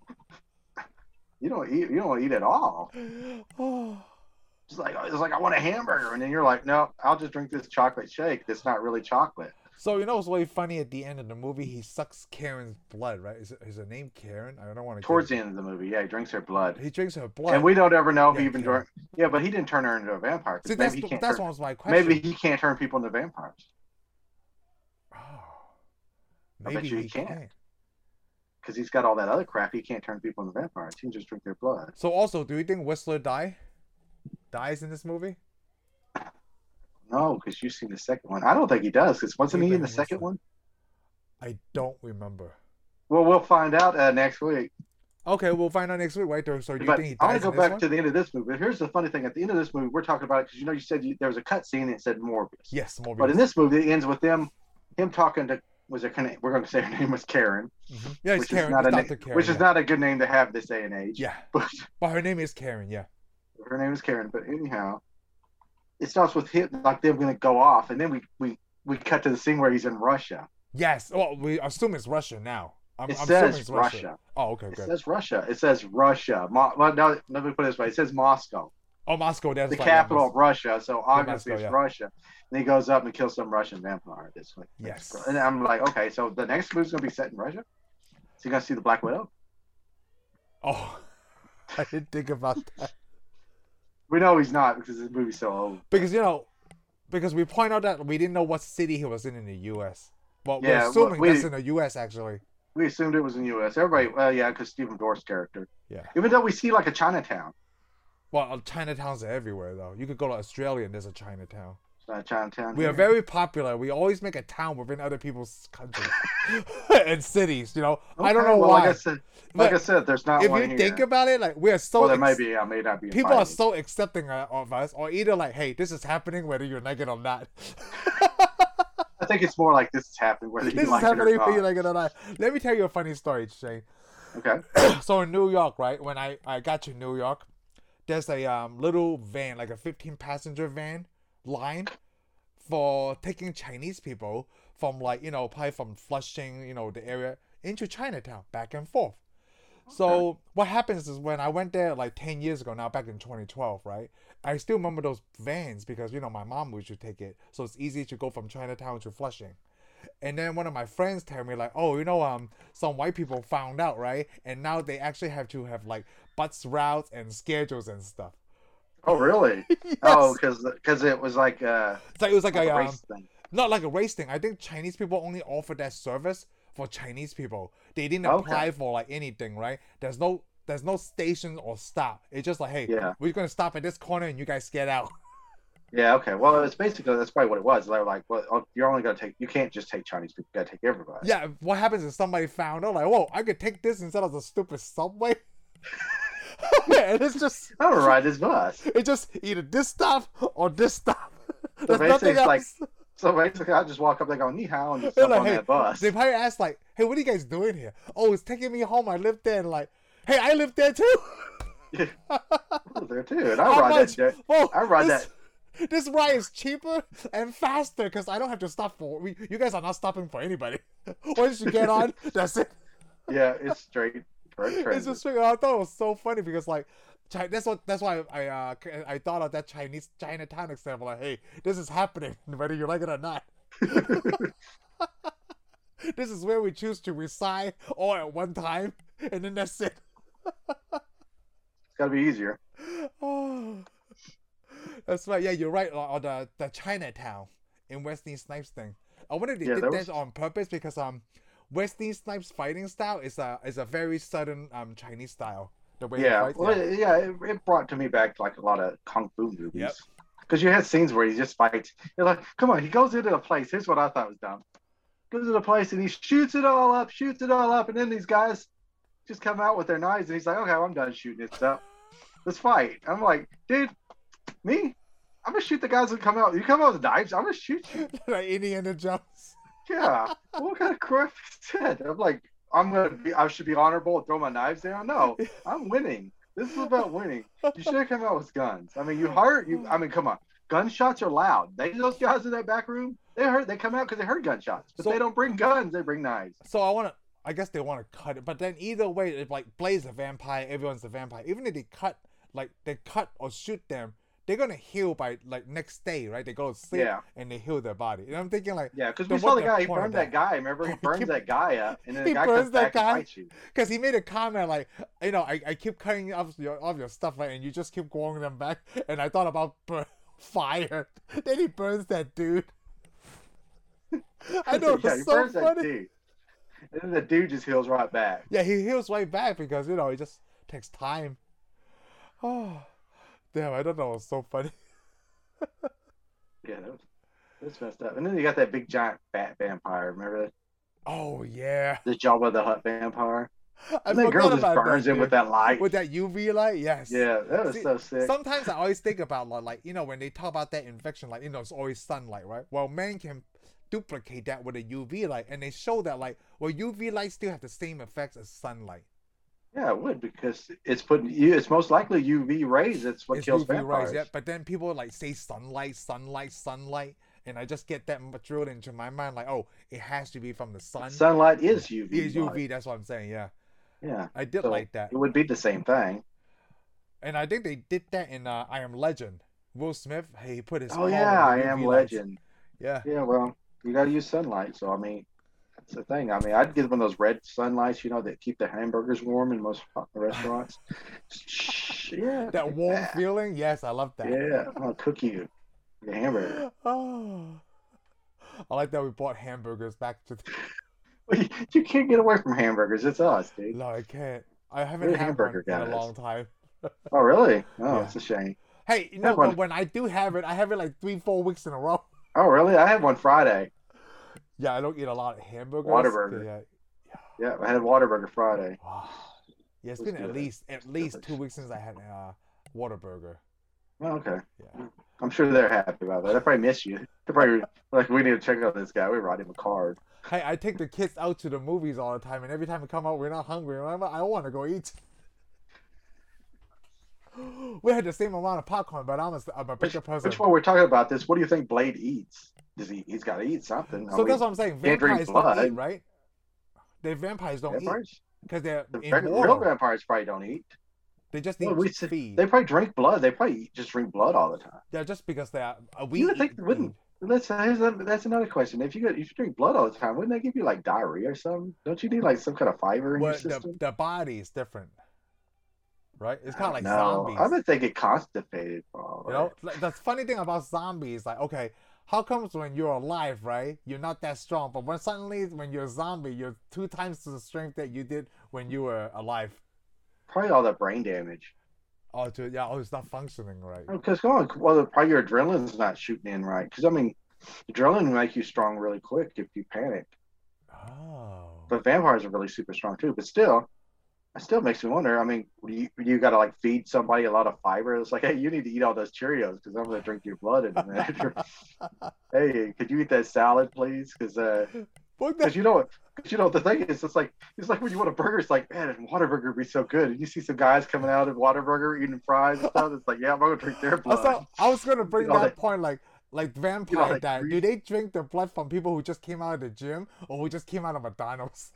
[SPEAKER 2] you don't eat. You don't eat at all. It's like it's like I want a hamburger, and then you're like, no, I'll just drink this chocolate shake. That's not really chocolate.
[SPEAKER 1] so you know what's really funny at the end of the movie? He sucks Karen's blood, right? Is, is her name Karen? I don't want to.
[SPEAKER 2] Towards the end of the movie, yeah, he drinks her blood,
[SPEAKER 1] He drinks her blood.
[SPEAKER 2] and we don't ever know if he
[SPEAKER 1] Yeah,
[SPEAKER 2] even
[SPEAKER 1] yeah.
[SPEAKER 2] drank. Yeah, but he didn't turn her into a vampire. 'cause
[SPEAKER 1] See, that's
[SPEAKER 2] maybe he
[SPEAKER 1] the,
[SPEAKER 2] can't.
[SPEAKER 1] that's
[SPEAKER 2] turn,
[SPEAKER 1] what was my question.
[SPEAKER 2] maybe he can't turn people into vampires
[SPEAKER 1] Oh.
[SPEAKER 2] I bet
[SPEAKER 1] maybe
[SPEAKER 2] you
[SPEAKER 1] he
[SPEAKER 2] he can't.
[SPEAKER 1] can.
[SPEAKER 2] because he's got all that other crap. He can't turn people into vampires. He can just drink their blood.
[SPEAKER 1] So also, do you think Whistler die? Dies in this movie?
[SPEAKER 2] No, because you've seen the second one. I don't think he does. Because wasn't
[SPEAKER 1] He
[SPEAKER 2] he in the
[SPEAKER 1] doesn't,
[SPEAKER 2] second
[SPEAKER 1] so.
[SPEAKER 2] one?
[SPEAKER 1] I don't remember.
[SPEAKER 2] Well, we'll find out uh, next week.
[SPEAKER 1] Okay, we'll find out next week, right? So you
[SPEAKER 2] But
[SPEAKER 1] think he
[SPEAKER 2] I
[SPEAKER 1] dies
[SPEAKER 2] want to go
[SPEAKER 1] in this
[SPEAKER 2] back
[SPEAKER 1] one?
[SPEAKER 2] to the end of this movie. But here's the funny thing: at the end of this movie, we're talking about it because you know you said you, there was a cut scene that said Morbius.
[SPEAKER 1] Yes, Morbius.
[SPEAKER 2] But in this movie, it ends with them, him talking to was it? Karen- We're going to say her name was Karen,
[SPEAKER 1] Mhm. yeah, it's
[SPEAKER 2] which
[SPEAKER 1] Karen.
[SPEAKER 2] is not
[SPEAKER 1] it's
[SPEAKER 2] a
[SPEAKER 1] Dr.
[SPEAKER 2] na-
[SPEAKER 1] Karen.
[SPEAKER 2] which
[SPEAKER 1] yeah.
[SPEAKER 2] is not a good name to have this day and age.
[SPEAKER 1] Yeah,
[SPEAKER 2] But
[SPEAKER 1] but her name is Karen. Yeah.
[SPEAKER 2] her name is Karen. But anyhow, it starts with him like they're going to go off, and then we we we cut to the scene where he's in Russia.
[SPEAKER 1] Yes. Well, we assume it's Russia now. I'm,
[SPEAKER 2] It
[SPEAKER 1] I'm assuming
[SPEAKER 2] says
[SPEAKER 1] it's
[SPEAKER 2] Russia.
[SPEAKER 1] Oh, okay,
[SPEAKER 2] It
[SPEAKER 1] good.
[SPEAKER 2] says Russia. It says Russia. Mo- well, no, let me put it this way: it says Moscow.
[SPEAKER 1] oh, Moscow. That's
[SPEAKER 2] the
[SPEAKER 1] right, yeah,
[SPEAKER 2] capital
[SPEAKER 1] Mos-
[SPEAKER 2] of Russia. So obviously
[SPEAKER 1] Moscow,
[SPEAKER 2] it's
[SPEAKER 1] yeah.
[SPEAKER 2] Russia. And he goes up and kills some Russian vampire. This way.
[SPEAKER 1] Yes.
[SPEAKER 2] And I'm like, okay, so the next movie's gonna be set in Russia. So you're gonna see the Black Widow.
[SPEAKER 1] Oh, I didn't think about that
[SPEAKER 2] We know he's not because this movie's so old.
[SPEAKER 1] because you know, because we point out that we didn't know what city he was in in the U.S. Well,
[SPEAKER 2] Yeah,
[SPEAKER 1] we're
[SPEAKER 2] well,
[SPEAKER 1] assuming
[SPEAKER 2] we-
[SPEAKER 1] that's in the U.S. Actually.
[SPEAKER 2] We assumed it was in the U.S. Everybody, well, yeah, because Stephen Dorff's character.
[SPEAKER 1] Yeah.
[SPEAKER 2] Even though we see like a Chinatown,
[SPEAKER 1] Well, uh, Chinatowns are everywhere though. You could go to Australia and there's a Chinatown.
[SPEAKER 2] It's not a uh, Chinatown.
[SPEAKER 1] We are
[SPEAKER 2] here.
[SPEAKER 1] very popular. We always make a town within other people's countries and cities. You know, I don't
[SPEAKER 2] Okay,
[SPEAKER 1] know
[SPEAKER 2] well,
[SPEAKER 1] why.
[SPEAKER 2] Like I said,
[SPEAKER 1] But
[SPEAKER 2] like I said, there's not
[SPEAKER 1] if
[SPEAKER 2] one
[SPEAKER 1] you
[SPEAKER 2] here.
[SPEAKER 1] think about it, like we are so
[SPEAKER 2] well, there
[SPEAKER 1] ex-
[SPEAKER 2] may be. I may not be.
[SPEAKER 1] people are
[SPEAKER 2] invited.
[SPEAKER 1] so accepting uh, of us, or either like, "Hey, this is happening, whether you like it or not."
[SPEAKER 2] I think it's more like this is happening whether you
[SPEAKER 1] this
[SPEAKER 2] like
[SPEAKER 1] is happening,
[SPEAKER 2] it or
[SPEAKER 1] whether you
[SPEAKER 2] not.
[SPEAKER 1] like it or not. Let me tell you a funny story, Shane.
[SPEAKER 2] okay.
[SPEAKER 1] so in New York, right when I I got to New York, there's a um, little van, like a 15 passenger van line for taking Chinese people from like you know probably from Flushing, you know the area into Chinatown, back and forth. So what happens is when I went there like 10 years ago now, back in 2012, right? I still remember those vans because you know my mom used to take it, so it's easy to go from Chinatown to Flushing. And then one of my friends tell me like, oh, you know, um, some white people found out, right? And now they actually have to have like bus routes and schedules and stuff.
[SPEAKER 2] Oh really?
[SPEAKER 1] yes.
[SPEAKER 2] Oh, because it was like uh,
[SPEAKER 1] so it was like
[SPEAKER 2] like
[SPEAKER 1] a,
[SPEAKER 2] a
[SPEAKER 1] um,
[SPEAKER 2] race thing.
[SPEAKER 1] not like a race thing. I think Chinese people only offer that service for Chinese people. They didn't
[SPEAKER 2] Okay.
[SPEAKER 1] apply for like anything, right? There's no there's no station or stop. It's just like, hey,
[SPEAKER 2] Yeah.
[SPEAKER 1] we're gonna stop at this corner and you guys get out.
[SPEAKER 2] Yeah, okay. Well, it's basically that's probably what it was. They were like, well, oh, you're only gonna take, you can't just take Chinese people. You gotta take everybody.
[SPEAKER 1] Yeah, what happens if somebody found out like, whoa, I could take this instead of the stupid subway? and it's just
[SPEAKER 2] I'm gonna ride this bus.
[SPEAKER 1] It's just either this stop or this stop. There's
[SPEAKER 2] basically,
[SPEAKER 1] nothing
[SPEAKER 2] it's like-
[SPEAKER 1] else.
[SPEAKER 2] So basically, I just walk up, they go, ni hao, and just
[SPEAKER 1] They're
[SPEAKER 2] jump
[SPEAKER 1] like,
[SPEAKER 2] on
[SPEAKER 1] "Hey,
[SPEAKER 2] that bus.
[SPEAKER 1] They probably ask like, "Hey, what are you guys doing here?" Oh, it's taking me home. I live there. And like, "Hey, I live there too."
[SPEAKER 2] I was there too, and
[SPEAKER 1] How
[SPEAKER 2] I ride
[SPEAKER 1] much?
[SPEAKER 2] that. jet-
[SPEAKER 1] Oh,
[SPEAKER 2] I ride
[SPEAKER 1] this, that. This ride is cheaper and faster because I don't have to stop for. We, you guys are not stopping for anybody. Once you get on, that's it.
[SPEAKER 2] Yeah, it's straight. Direct
[SPEAKER 1] It's
[SPEAKER 2] transit.
[SPEAKER 1] just straight. I thought it was so funny because like. Chi- That's what. That's why I uh, c- I thought of that Chinese Chinatown example. Like, hey, this is happening, whether you like it or not. This is where we choose to reside all at one time, and then that's it.
[SPEAKER 2] It's got to be easier.
[SPEAKER 1] Oh, that's right. Yeah, you're right. Or, or the the Chinatown in Wesley Snipes thing. I wonder if they
[SPEAKER 2] Yeah,
[SPEAKER 1] did
[SPEAKER 2] that
[SPEAKER 1] that
[SPEAKER 2] was-
[SPEAKER 1] on purpose because um, Wesley Snipes fighting style is a is a very sudden um Chinese style. The way
[SPEAKER 2] Yeah,
[SPEAKER 1] he fights.
[SPEAKER 2] well,
[SPEAKER 1] yeah.
[SPEAKER 2] yeah, it, it brought to me back like a lot of kung fu
[SPEAKER 1] Yep.
[SPEAKER 2] movies. Because you had scenes where he just fights. You're like, come on, he goes into the place. Here's what I thought was dumb. Goes into the place and he shoots it all up, shoots it all up, and then these guys just come out with their knives and he's like, okay, well, I'm done shooting this up. Let's fight. I'm like, dude, me? I'm gonna shoot the guys that come out. You come out with knives, I'm gonna shoot you.
[SPEAKER 1] like Indiana Jones.
[SPEAKER 2] Yeah. what kind of crap is that? I'm like, I'm gonna be I should be honorable and throw my knives down. No, I'm winning. This is about winning. You should have come out with guns. I
[SPEAKER 1] Oh,
[SPEAKER 2] mean you heard you I mean come on. Gunshots are loud. They those guys in that back room, they heard they come out because they heard gunshots. But
[SPEAKER 1] So-
[SPEAKER 2] they don't bring guns, they bring knives.
[SPEAKER 1] So I want to. I guess they want to cut it, but then either way, if like Blaze a vampire, everyone's a vampire. Even if they cut, like they cut or shoot them, they're gonna heal by like next day, right? They go to sleep
[SPEAKER 2] Yeah.
[SPEAKER 1] and they heal their body. And I'm thinking like,
[SPEAKER 2] Yeah, because
[SPEAKER 1] Then
[SPEAKER 2] we saw
[SPEAKER 1] what
[SPEAKER 2] the
[SPEAKER 1] the
[SPEAKER 2] guy, he
[SPEAKER 1] point of
[SPEAKER 2] burned
[SPEAKER 1] that?
[SPEAKER 2] that guy, remember? He burns that guy up and then the
[SPEAKER 1] He
[SPEAKER 2] guy
[SPEAKER 1] burns
[SPEAKER 2] comes
[SPEAKER 1] that
[SPEAKER 2] back
[SPEAKER 1] guy.
[SPEAKER 2] and fights you.
[SPEAKER 1] Because he made a comment like, you know, I, I keep cutting off your off your stuff, right, and you just keep going them back. And I thought about bur- fire. then he burns that dude. I know it's
[SPEAKER 2] yeah, he
[SPEAKER 1] so
[SPEAKER 2] burns that
[SPEAKER 1] funny.
[SPEAKER 2] dude. And then the dude just heals right back.
[SPEAKER 1] Yeah, he heals right back because you know it just takes time. Oh, damn! I don't know. It's so funny.
[SPEAKER 2] Yeah, that was, that's messed up. And then you got that big giant fat vampire, remember that?
[SPEAKER 1] Oh yeah,
[SPEAKER 2] the Jabba the Hutt vampire.
[SPEAKER 1] I
[SPEAKER 2] And that girl
[SPEAKER 1] forgot
[SPEAKER 2] just
[SPEAKER 1] about
[SPEAKER 2] burns him
[SPEAKER 1] dude.
[SPEAKER 2] with that light.
[SPEAKER 1] with that UV light. Yes.
[SPEAKER 2] yeah, that was
[SPEAKER 1] See,
[SPEAKER 2] so sick.
[SPEAKER 1] Sometimes I always think about like, like you know when they talk about that infection, like you know it's always sunlight, right? Well, man can duplicate that with a UV light, and they show that like, well, UV light still have the same effects as sunlight.
[SPEAKER 2] yeah, it would because it's putting you. It's most likely UV rays. That's what
[SPEAKER 1] It's
[SPEAKER 2] kills
[SPEAKER 1] UV
[SPEAKER 2] vampires.
[SPEAKER 1] rays, yeah. But then people like say sunlight, sunlight, sunlight, and I just get that m- drilled into my mind, like, oh, it has to be from the sun.
[SPEAKER 2] Sunlight is UV.
[SPEAKER 1] It is
[SPEAKER 2] light.
[SPEAKER 1] UV. That's what I'm saying. Yeah,
[SPEAKER 2] Yeah,
[SPEAKER 1] I did
[SPEAKER 2] So-
[SPEAKER 1] like that,
[SPEAKER 2] it would be the same thing.
[SPEAKER 1] and I think they did that in uh, I Am Legend. Will Smith, hey, he put his
[SPEAKER 2] oh
[SPEAKER 1] all
[SPEAKER 2] yeah, I
[SPEAKER 1] in the
[SPEAKER 2] am
[SPEAKER 1] UV lights.
[SPEAKER 2] Legend.
[SPEAKER 1] Yeah.
[SPEAKER 2] Yeah, well, you got to use sunlight. So I mean, that's the thing. I mean, I'd give them those red sunlights. You know, that keep the hamburgers warm in most restaurants. yeah,
[SPEAKER 1] that warm feeling. Yes, I love that.
[SPEAKER 2] Yeah, I'll cook you your hamburger.
[SPEAKER 1] Oh, I like that we bought hamburgers back to. The...
[SPEAKER 2] You can't get away from hamburgers. It's us, dude.
[SPEAKER 1] No, I can't. I haven't
[SPEAKER 2] We're
[SPEAKER 1] had
[SPEAKER 2] hamburger
[SPEAKER 1] one in
[SPEAKER 2] guys.
[SPEAKER 1] a long time.
[SPEAKER 2] Oh, really? Oh,
[SPEAKER 1] Yeah.
[SPEAKER 2] it's a shame.
[SPEAKER 1] Hey, you know,
[SPEAKER 2] one-
[SPEAKER 1] but when I do have it, I have it like three, four weeks in a row.
[SPEAKER 2] Oh, really? I had one Friday.
[SPEAKER 1] Yeah, I don't eat a lot of hamburgers.
[SPEAKER 2] Whataburger.
[SPEAKER 1] Yeah.
[SPEAKER 2] Yeah, I had Waterburger Friday.
[SPEAKER 1] Wow. Yeah, it's
[SPEAKER 2] It was
[SPEAKER 1] been at
[SPEAKER 2] good.
[SPEAKER 1] least at
[SPEAKER 2] was
[SPEAKER 1] least two
[SPEAKER 2] delicious.
[SPEAKER 1] weeks since I had uh, Whataburger.
[SPEAKER 2] Oh, okay.
[SPEAKER 1] Yeah.
[SPEAKER 2] I'm sure they're happy about that. They probably miss you. They probably like we need to check out this guy. We write him a card.
[SPEAKER 1] Hey, I take the kids out to the movies all the time, and every time we come out, we're not hungry. and I'm like, I want to go eat. We had the same amount of popcorn, but I'm a, I'm a bigger person.
[SPEAKER 2] Which one we're talking about this? What do you think Blade eats? Does he? He's got to eat something.
[SPEAKER 1] So that's what I'm saying.
[SPEAKER 2] can't drink
[SPEAKER 1] Vampires don't
[SPEAKER 2] blood.
[SPEAKER 1] eat, right? The vampires don't eat
[SPEAKER 2] vampires.
[SPEAKER 1] because they're
[SPEAKER 2] The vampire- real
[SPEAKER 1] immortal.
[SPEAKER 2] vampires probably don't eat.
[SPEAKER 1] They just
[SPEAKER 2] Well,
[SPEAKER 1] eat
[SPEAKER 2] we said-
[SPEAKER 1] feed.
[SPEAKER 2] They probably drink blood. They probably eat, just drink blood all the time.
[SPEAKER 1] They're just because they're uh, we.
[SPEAKER 2] You would
[SPEAKER 1] eat
[SPEAKER 2] think they wouldn't.
[SPEAKER 1] food.
[SPEAKER 2] Let's here's a, that's another question. If you got if you drink blood all the time, wouldn't that give you like diarrhea or something? Don't you need like some kind of fiber in your
[SPEAKER 1] But the,
[SPEAKER 2] system?
[SPEAKER 1] the body is different, right? It's kind of like
[SPEAKER 2] no,
[SPEAKER 1] zombies.
[SPEAKER 2] I bet they get constipated. Probably.
[SPEAKER 1] You know, Like, the funny thing about zombies, like, okay, how comes when you're alive, right, you're not that strong, but when suddenly when you're a zombie, you're two times the strength that you did when you were alive.
[SPEAKER 2] Probably all that brain damage.
[SPEAKER 1] Oh, to, yeah, oh, it's not functioning right.
[SPEAKER 2] Because go on, well, probably your adrenaline's not shooting in right. Because I mean, adrenaline will make you strong really quick if you panic.
[SPEAKER 1] Oh,
[SPEAKER 2] But vampires are really super strong too. But still, it still makes me wonder. I mean, you you got to like feed somebody a lot of fiber. It's like, hey, you need to eat all those Cheerios because I'm gonna drink your blood in a minute. Or, hey, could you eat that salad, please? Because uh,
[SPEAKER 1] what the
[SPEAKER 2] because you know what. Cause you know the thing is, it's like it's like when you want a burger, it's like man, and Waterburger would be so good. And you see some guys coming out of Waterburger eating fries and stuff. It's like, yeah, I'm gonna drink their blood.
[SPEAKER 1] Also, I was gonna bring
[SPEAKER 2] You know,
[SPEAKER 1] that
[SPEAKER 2] they-
[SPEAKER 1] point, like like vampire
[SPEAKER 2] they
[SPEAKER 1] diet.
[SPEAKER 2] breed-
[SPEAKER 1] Do they drink the blood from people who just came out of the gym or who just came out of McDonald's?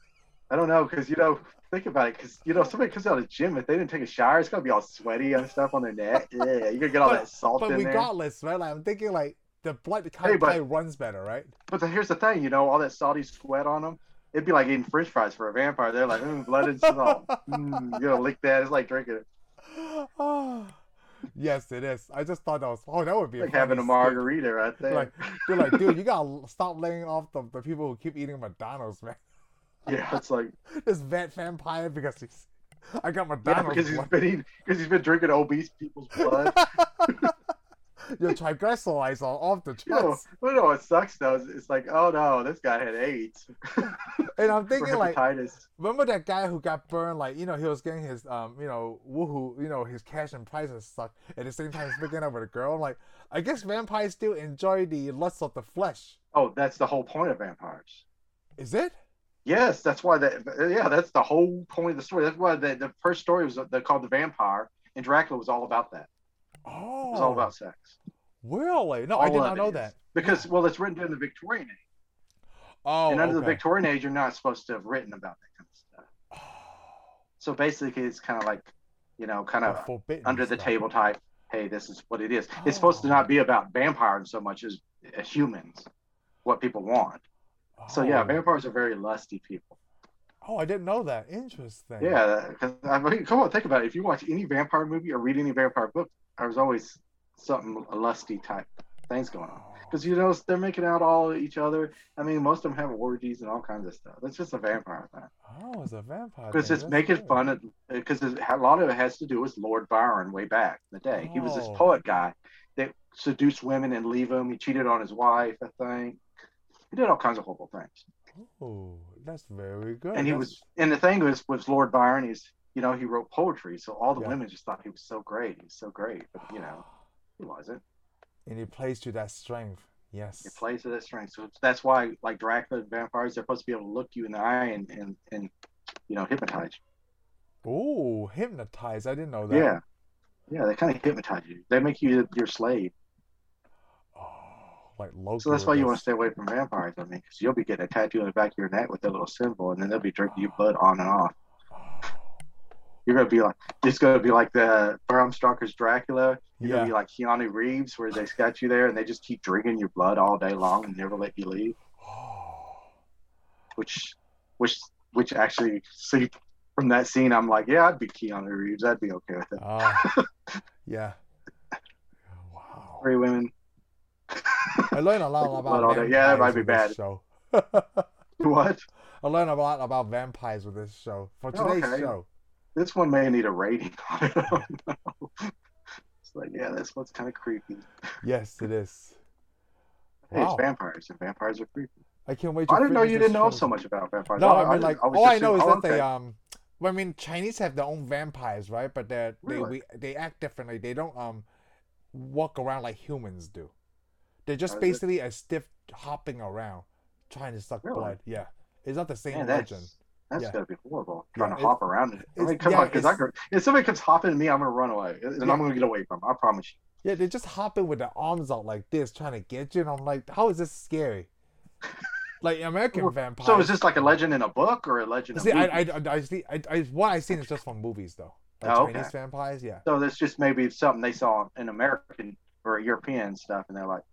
[SPEAKER 2] I don't know, because you know, think about it, because you know, somebody comes out of the gym if they didn't take a shower, it's gonna be all sweaty and stuff on their neck. Yeah, you're gonna get all that salt
[SPEAKER 1] But
[SPEAKER 2] in there.
[SPEAKER 1] regardless, right? Like I'm thinking, like the blood kind
[SPEAKER 2] Hey,
[SPEAKER 1] of
[SPEAKER 2] but-
[SPEAKER 1] probably runs better, right?
[SPEAKER 2] But the, here's the thing, you know, all that salty sweat on them, It'd be like eating French fries for a vampire. They're like, mm, blood and salt. Mm, you gotta lick that. It's like drinking it.
[SPEAKER 1] yes, it is. I just thought that was oh, that would be
[SPEAKER 2] It's like
[SPEAKER 1] funny
[SPEAKER 2] having a
[SPEAKER 1] skit.
[SPEAKER 2] margarita right there.
[SPEAKER 1] Like, They're like, dude, you gotta stop laying off the, the people who keep eating McDonald's, man.
[SPEAKER 2] yeah, it's like
[SPEAKER 1] This vet vampire because he's I got
[SPEAKER 2] yeah,
[SPEAKER 1] McDonald's.
[SPEAKER 2] because he's
[SPEAKER 1] blood.
[SPEAKER 2] been eating, because he's been drinking obese people's blood.
[SPEAKER 1] Your triglycerides are off the
[SPEAKER 2] you know,
[SPEAKER 1] charts.
[SPEAKER 2] you know what sucks though is it's like, oh no, this guy had AIDS.
[SPEAKER 1] And I'm
[SPEAKER 2] Or
[SPEAKER 1] thinking like
[SPEAKER 2] hepatitis.
[SPEAKER 1] Remember that guy who got burned? Like you know, he was getting his um, you know, woohoo, you know, his cash and prizes sucked. At the same time, he's making up with a girl. I'm like, I guess vampires still enjoy the lust of the flesh.
[SPEAKER 2] Oh, that's the whole point of vampires.
[SPEAKER 1] Is it?
[SPEAKER 2] Yes, that's why that. Yeah, that's the whole point of the story. That's why the, the first story was they called the vampire, and Dracula was all about that. It
[SPEAKER 1] Oh,
[SPEAKER 2] was all about sex.
[SPEAKER 1] really? No, I
[SPEAKER 2] All
[SPEAKER 1] did
[SPEAKER 2] of
[SPEAKER 1] not
[SPEAKER 2] it
[SPEAKER 1] know
[SPEAKER 2] is.
[SPEAKER 1] that.
[SPEAKER 2] Because well, it's written during the Victorian age,
[SPEAKER 1] Oh,
[SPEAKER 2] and under the
[SPEAKER 1] okay.
[SPEAKER 2] Victorian age, you're not supposed to have written about that kind of stuff.
[SPEAKER 1] Oh,
[SPEAKER 2] So basically, it's kind of like, you know, kind
[SPEAKER 1] The
[SPEAKER 2] of
[SPEAKER 1] forbidden
[SPEAKER 2] under the
[SPEAKER 1] stuff.
[SPEAKER 2] table type. Hey, this is what it is. It's supposed to
[SPEAKER 1] Oh.
[SPEAKER 2] not be about vampires so much as uh, humans, what people want. So yeah,
[SPEAKER 1] Oh.
[SPEAKER 2] vampires are very lusty people.
[SPEAKER 1] Oh, I didn't know that. Interesting.
[SPEAKER 2] Yeah, because I mean, come on, think about it. If you watch any vampire movie or read any vampire book, there's always something a lusty type things going on. Because you know they're making out all each other. I mean, most of them have orgies and all kinds of stuff. That's just a vampire thing.
[SPEAKER 1] Oh, it's a vampire.
[SPEAKER 2] Because
[SPEAKER 1] thing.
[SPEAKER 2] it's
[SPEAKER 1] That's
[SPEAKER 2] making
[SPEAKER 1] cool.
[SPEAKER 2] fun of. Because a lot of it has to do with Lord Byron way back in the day. He was this
[SPEAKER 1] Oh.
[SPEAKER 2] poet guy that seduced women and leave them. He cheated on his wife, I think. He did all kinds of horrible things.
[SPEAKER 1] Oh, that's very good.
[SPEAKER 2] and he
[SPEAKER 1] That's-
[SPEAKER 2] was and the thing was was lord byron he's you know he wrote poetry so all the
[SPEAKER 1] Yeah.
[SPEAKER 2] women just thought he was so great he was so great but you know he wasn't
[SPEAKER 1] And he plays to that strength. Yes.
[SPEAKER 2] he plays to that strength so that's why like dracula and vampires they're supposed to be able to look you in the eye and and, and you know hypnotize
[SPEAKER 1] Oh, hypnotized. I didn't know
[SPEAKER 2] you
[SPEAKER 1] that.
[SPEAKER 2] yeah yeah they kind of hypnotize you they make you your slave
[SPEAKER 1] Oh, like Loki.
[SPEAKER 2] so that's why
[SPEAKER 1] with
[SPEAKER 2] you want
[SPEAKER 1] his-
[SPEAKER 2] to stay away from vampires i mean because you'll be getting a tattoo on the back of your neck with their little symbol and then they'll be drinking your blood on and off
[SPEAKER 1] Oh,
[SPEAKER 2] you're gonna be like it's gonna be like the Bram Stoker's Dracula. You're
[SPEAKER 1] Yeah.
[SPEAKER 2] gonna be like Keanu Reeves, where they got you there and they just keep drinking your blood all day long and never let you leave.
[SPEAKER 1] Oh.
[SPEAKER 2] Which, which, which actually, see from that scene, I'm like, yeah, I'd be Keanu Reeves. I'd be okay with it.
[SPEAKER 1] Ah. yeah. Wow.
[SPEAKER 2] Three women.
[SPEAKER 1] I learned a lot
[SPEAKER 2] Like,
[SPEAKER 1] about
[SPEAKER 2] all that- yeah, that
[SPEAKER 1] vampires
[SPEAKER 2] might be
[SPEAKER 1] with this Show. I
[SPEAKER 2] What?
[SPEAKER 1] learned a lot about vampires with this show for
[SPEAKER 2] Oh,
[SPEAKER 1] today's
[SPEAKER 2] okay.
[SPEAKER 1] show.
[SPEAKER 2] This one may need a rating on it. I don't know. It's like, yeah, this one's kind of creepy.
[SPEAKER 1] Yes, it is.
[SPEAKER 2] Hey,
[SPEAKER 1] Wow.
[SPEAKER 2] it's vampires, and vampires are creepy.
[SPEAKER 1] I can't wait. To
[SPEAKER 2] I didn't know
[SPEAKER 1] finish
[SPEAKER 2] you
[SPEAKER 1] this
[SPEAKER 2] didn't know
[SPEAKER 1] show.
[SPEAKER 2] so much about vampires.
[SPEAKER 1] No,
[SPEAKER 2] I-
[SPEAKER 1] I mean
[SPEAKER 2] I-
[SPEAKER 1] like
[SPEAKER 2] I was
[SPEAKER 1] all I
[SPEAKER 2] just
[SPEAKER 1] know is
[SPEAKER 2] assuming-
[SPEAKER 1] that
[SPEAKER 2] okay.
[SPEAKER 1] they um. Well, I mean, Chinese have their own vampires, right? But they they
[SPEAKER 2] Really?
[SPEAKER 1] we, they act differently. They don't um walk around like humans do. They're
[SPEAKER 2] Oh,
[SPEAKER 1] just
[SPEAKER 2] is it?
[SPEAKER 1] basically a stiff hopping around, trying to suck
[SPEAKER 2] Really?
[SPEAKER 1] blood. Yeah, it's not the same
[SPEAKER 2] Man, that's
[SPEAKER 1] legend.
[SPEAKER 2] that's
[SPEAKER 1] Yeah.
[SPEAKER 2] gotta be horrible.
[SPEAKER 1] Yeah,
[SPEAKER 2] Trying to
[SPEAKER 1] it's-
[SPEAKER 2] hop around it. I
[SPEAKER 1] it's-
[SPEAKER 2] mean, come
[SPEAKER 1] yeah,
[SPEAKER 2] on, because I
[SPEAKER 1] it's-
[SPEAKER 2] could, if somebody comes hopping at me, I'm gonna run away, and
[SPEAKER 1] Yeah.
[SPEAKER 2] I'm gonna get away from. 'em, I promise you.
[SPEAKER 1] Yeah, they're just hopping with their arms out like this, trying to get you. And I'm like, how is this scary? like American
[SPEAKER 2] Well,
[SPEAKER 1] vampires.
[SPEAKER 2] So is this like a legend in a book or a legend?
[SPEAKER 1] See,
[SPEAKER 2] in a
[SPEAKER 1] I, I,
[SPEAKER 2] movie?
[SPEAKER 1] I, I see, I, I, what I've seen is just from movies, though. Like
[SPEAKER 2] Oh, okay.
[SPEAKER 1] Chinese vampires, yeah.
[SPEAKER 2] so that's just maybe something they saw in American or European stuff, and they're like,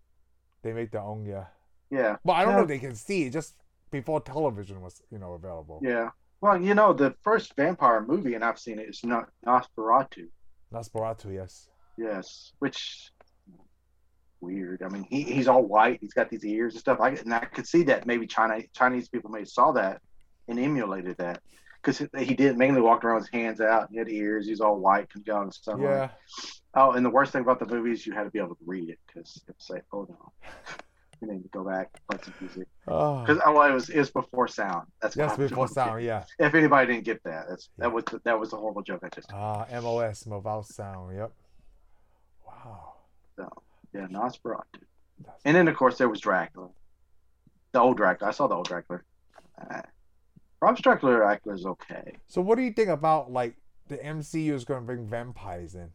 [SPEAKER 1] They make their own, yeah.
[SPEAKER 2] yeah,
[SPEAKER 1] But I don't know
[SPEAKER 2] Yeah.
[SPEAKER 1] if they can see it just before television was, you know, available.
[SPEAKER 2] yeah. Well, you know, the first vampire movie, and I've seen it, is not Nosferatu.
[SPEAKER 1] Nosferatu, yes.
[SPEAKER 2] Yes, which weird. I mean, he, he's all white. He's got these ears and stuff. I and I could see that maybe China Chinese people may saw that and emulated that because he did mainly walked around with his hands out. He had ears. He's all white. Could go out in sunlight.
[SPEAKER 1] Yeah.
[SPEAKER 2] Oh, and the worst thing about the movie is you had to be able to read it because it's like, oh no, you need to go back play some music because
[SPEAKER 1] Oh.
[SPEAKER 2] oh, well, it was it's before sound. That's
[SPEAKER 1] Yes,
[SPEAKER 2] what I'm
[SPEAKER 1] before
[SPEAKER 2] joking.
[SPEAKER 1] sound, yeah.
[SPEAKER 2] If anybody didn't get that, that's
[SPEAKER 1] Yeah.
[SPEAKER 2] that was that was a horrible joke I just.
[SPEAKER 1] Ah, MOS, mobile sound, yep. Wow.
[SPEAKER 2] Yeah, Nosferatu.
[SPEAKER 1] That's-
[SPEAKER 2] And then, of course, there was Dracula, the old Dracula. I saw the old Dracula. Uh, Rob Dracula Dracula is okay.
[SPEAKER 1] So what do you think about like the MCU is going to bring vampires in?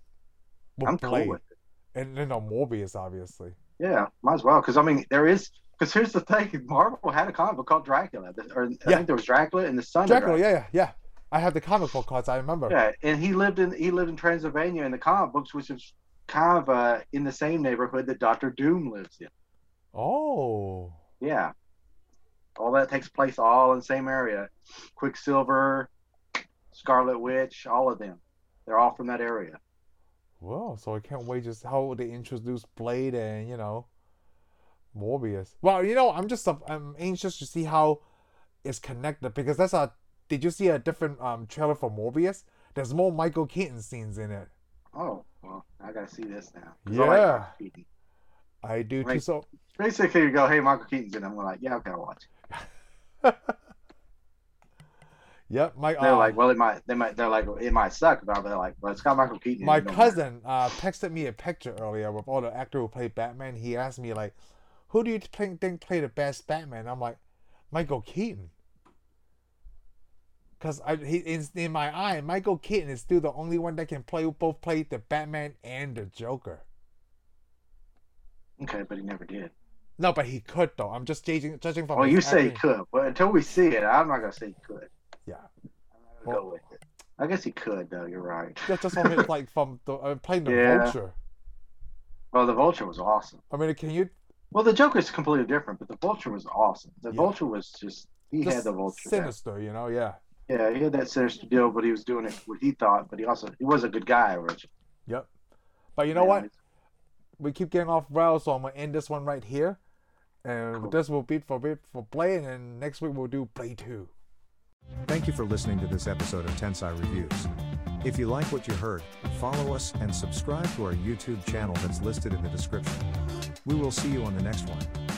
[SPEAKER 1] With
[SPEAKER 2] I'm cool
[SPEAKER 1] Blade.
[SPEAKER 2] with it.
[SPEAKER 1] and then a Morbius, obviously.
[SPEAKER 2] Yeah, might as well. Because I mean, there is. Because here's the thing: Marvel had a comic book called Dracula. that- Or I
[SPEAKER 1] Yeah.
[SPEAKER 2] think there was Dracula and the son. of
[SPEAKER 1] Dracula, yeah, yeah, yeah. I have the comic book cards. I remember.
[SPEAKER 2] Yeah, and he lived in he lived in Transylvania in the comic books, which is kind of uh, in the same neighborhood that Doctor Doom lives in.
[SPEAKER 1] Oh,
[SPEAKER 2] Yeah. All that takes place all in the same area. Quicksilver, Scarlet Witch, all of them. They're all from that area.
[SPEAKER 1] Well, so I can't wait just how they introduce Blade and you know Morbius. Well, you know I'm just I'm anxious to see how it's connected because that's a. Did you see a different um trailer for Morbius? There's more Michael Keaton scenes in it.
[SPEAKER 2] Oh, well, I gotta see this now. 'Cause I like
[SPEAKER 1] Yeah,
[SPEAKER 2] Michael Keaton.
[SPEAKER 1] I do too.
[SPEAKER 2] Right.
[SPEAKER 1] So
[SPEAKER 2] Basically, you go, hey, Michael Keaton's in. it." I'm like, yeah, I've gotta watch. it."
[SPEAKER 1] yep, my
[SPEAKER 2] They're
[SPEAKER 1] um,
[SPEAKER 2] like, well, it might, they might, they're like, it might suck, but they're like, well, it's got Michael Keaton. in
[SPEAKER 1] my
[SPEAKER 2] it, no matter.
[SPEAKER 1] cousin uh, texted me a picture earlier with all the actor who played Batman. He asked me like, "Who do you think think played the best Batman?" I'm like, Michael Keaton. Cause I he in, in my eye, Michael Keaton is still the only one that can play both play the Batman and the Joker.
[SPEAKER 2] Okay, but he never did.
[SPEAKER 1] No, but he could though. I'm just judging judging from.
[SPEAKER 2] Well,
[SPEAKER 1] his
[SPEAKER 2] Oh, you say he
[SPEAKER 1] acting.
[SPEAKER 2] could, but until we see it, I'm not gonna say he could.
[SPEAKER 1] Yeah.
[SPEAKER 2] I'm gonna go with it. I guess he could, though. You're right.
[SPEAKER 1] That's just from it, like from the uh, playing the
[SPEAKER 2] Yeah.
[SPEAKER 1] Vulture.
[SPEAKER 2] Well, the Vulture was awesome.
[SPEAKER 1] I mean, can you
[SPEAKER 2] Well, the Joker's completely different, but the Vulture was awesome. The
[SPEAKER 1] Yeah.
[SPEAKER 2] Vulture was just he
[SPEAKER 1] just
[SPEAKER 2] had the Vulture. down.
[SPEAKER 1] sinister? You know, yeah.
[SPEAKER 2] Yeah, he had that sinister deal, but he was doing it what he thought. But he also he was a good guy originally.
[SPEAKER 1] Yep. But you know what? we keep getting off rails, so I'm gonna end this one right here. And
[SPEAKER 2] Cool.
[SPEAKER 1] this will be for bit for play, and then next week we'll do play two.
[SPEAKER 3] Thank you for listening to this episode of Tensai Reviews. If you like what you heard, follow us and subscribe to our YouTube channel that's listed in the description. We will see you on the next one.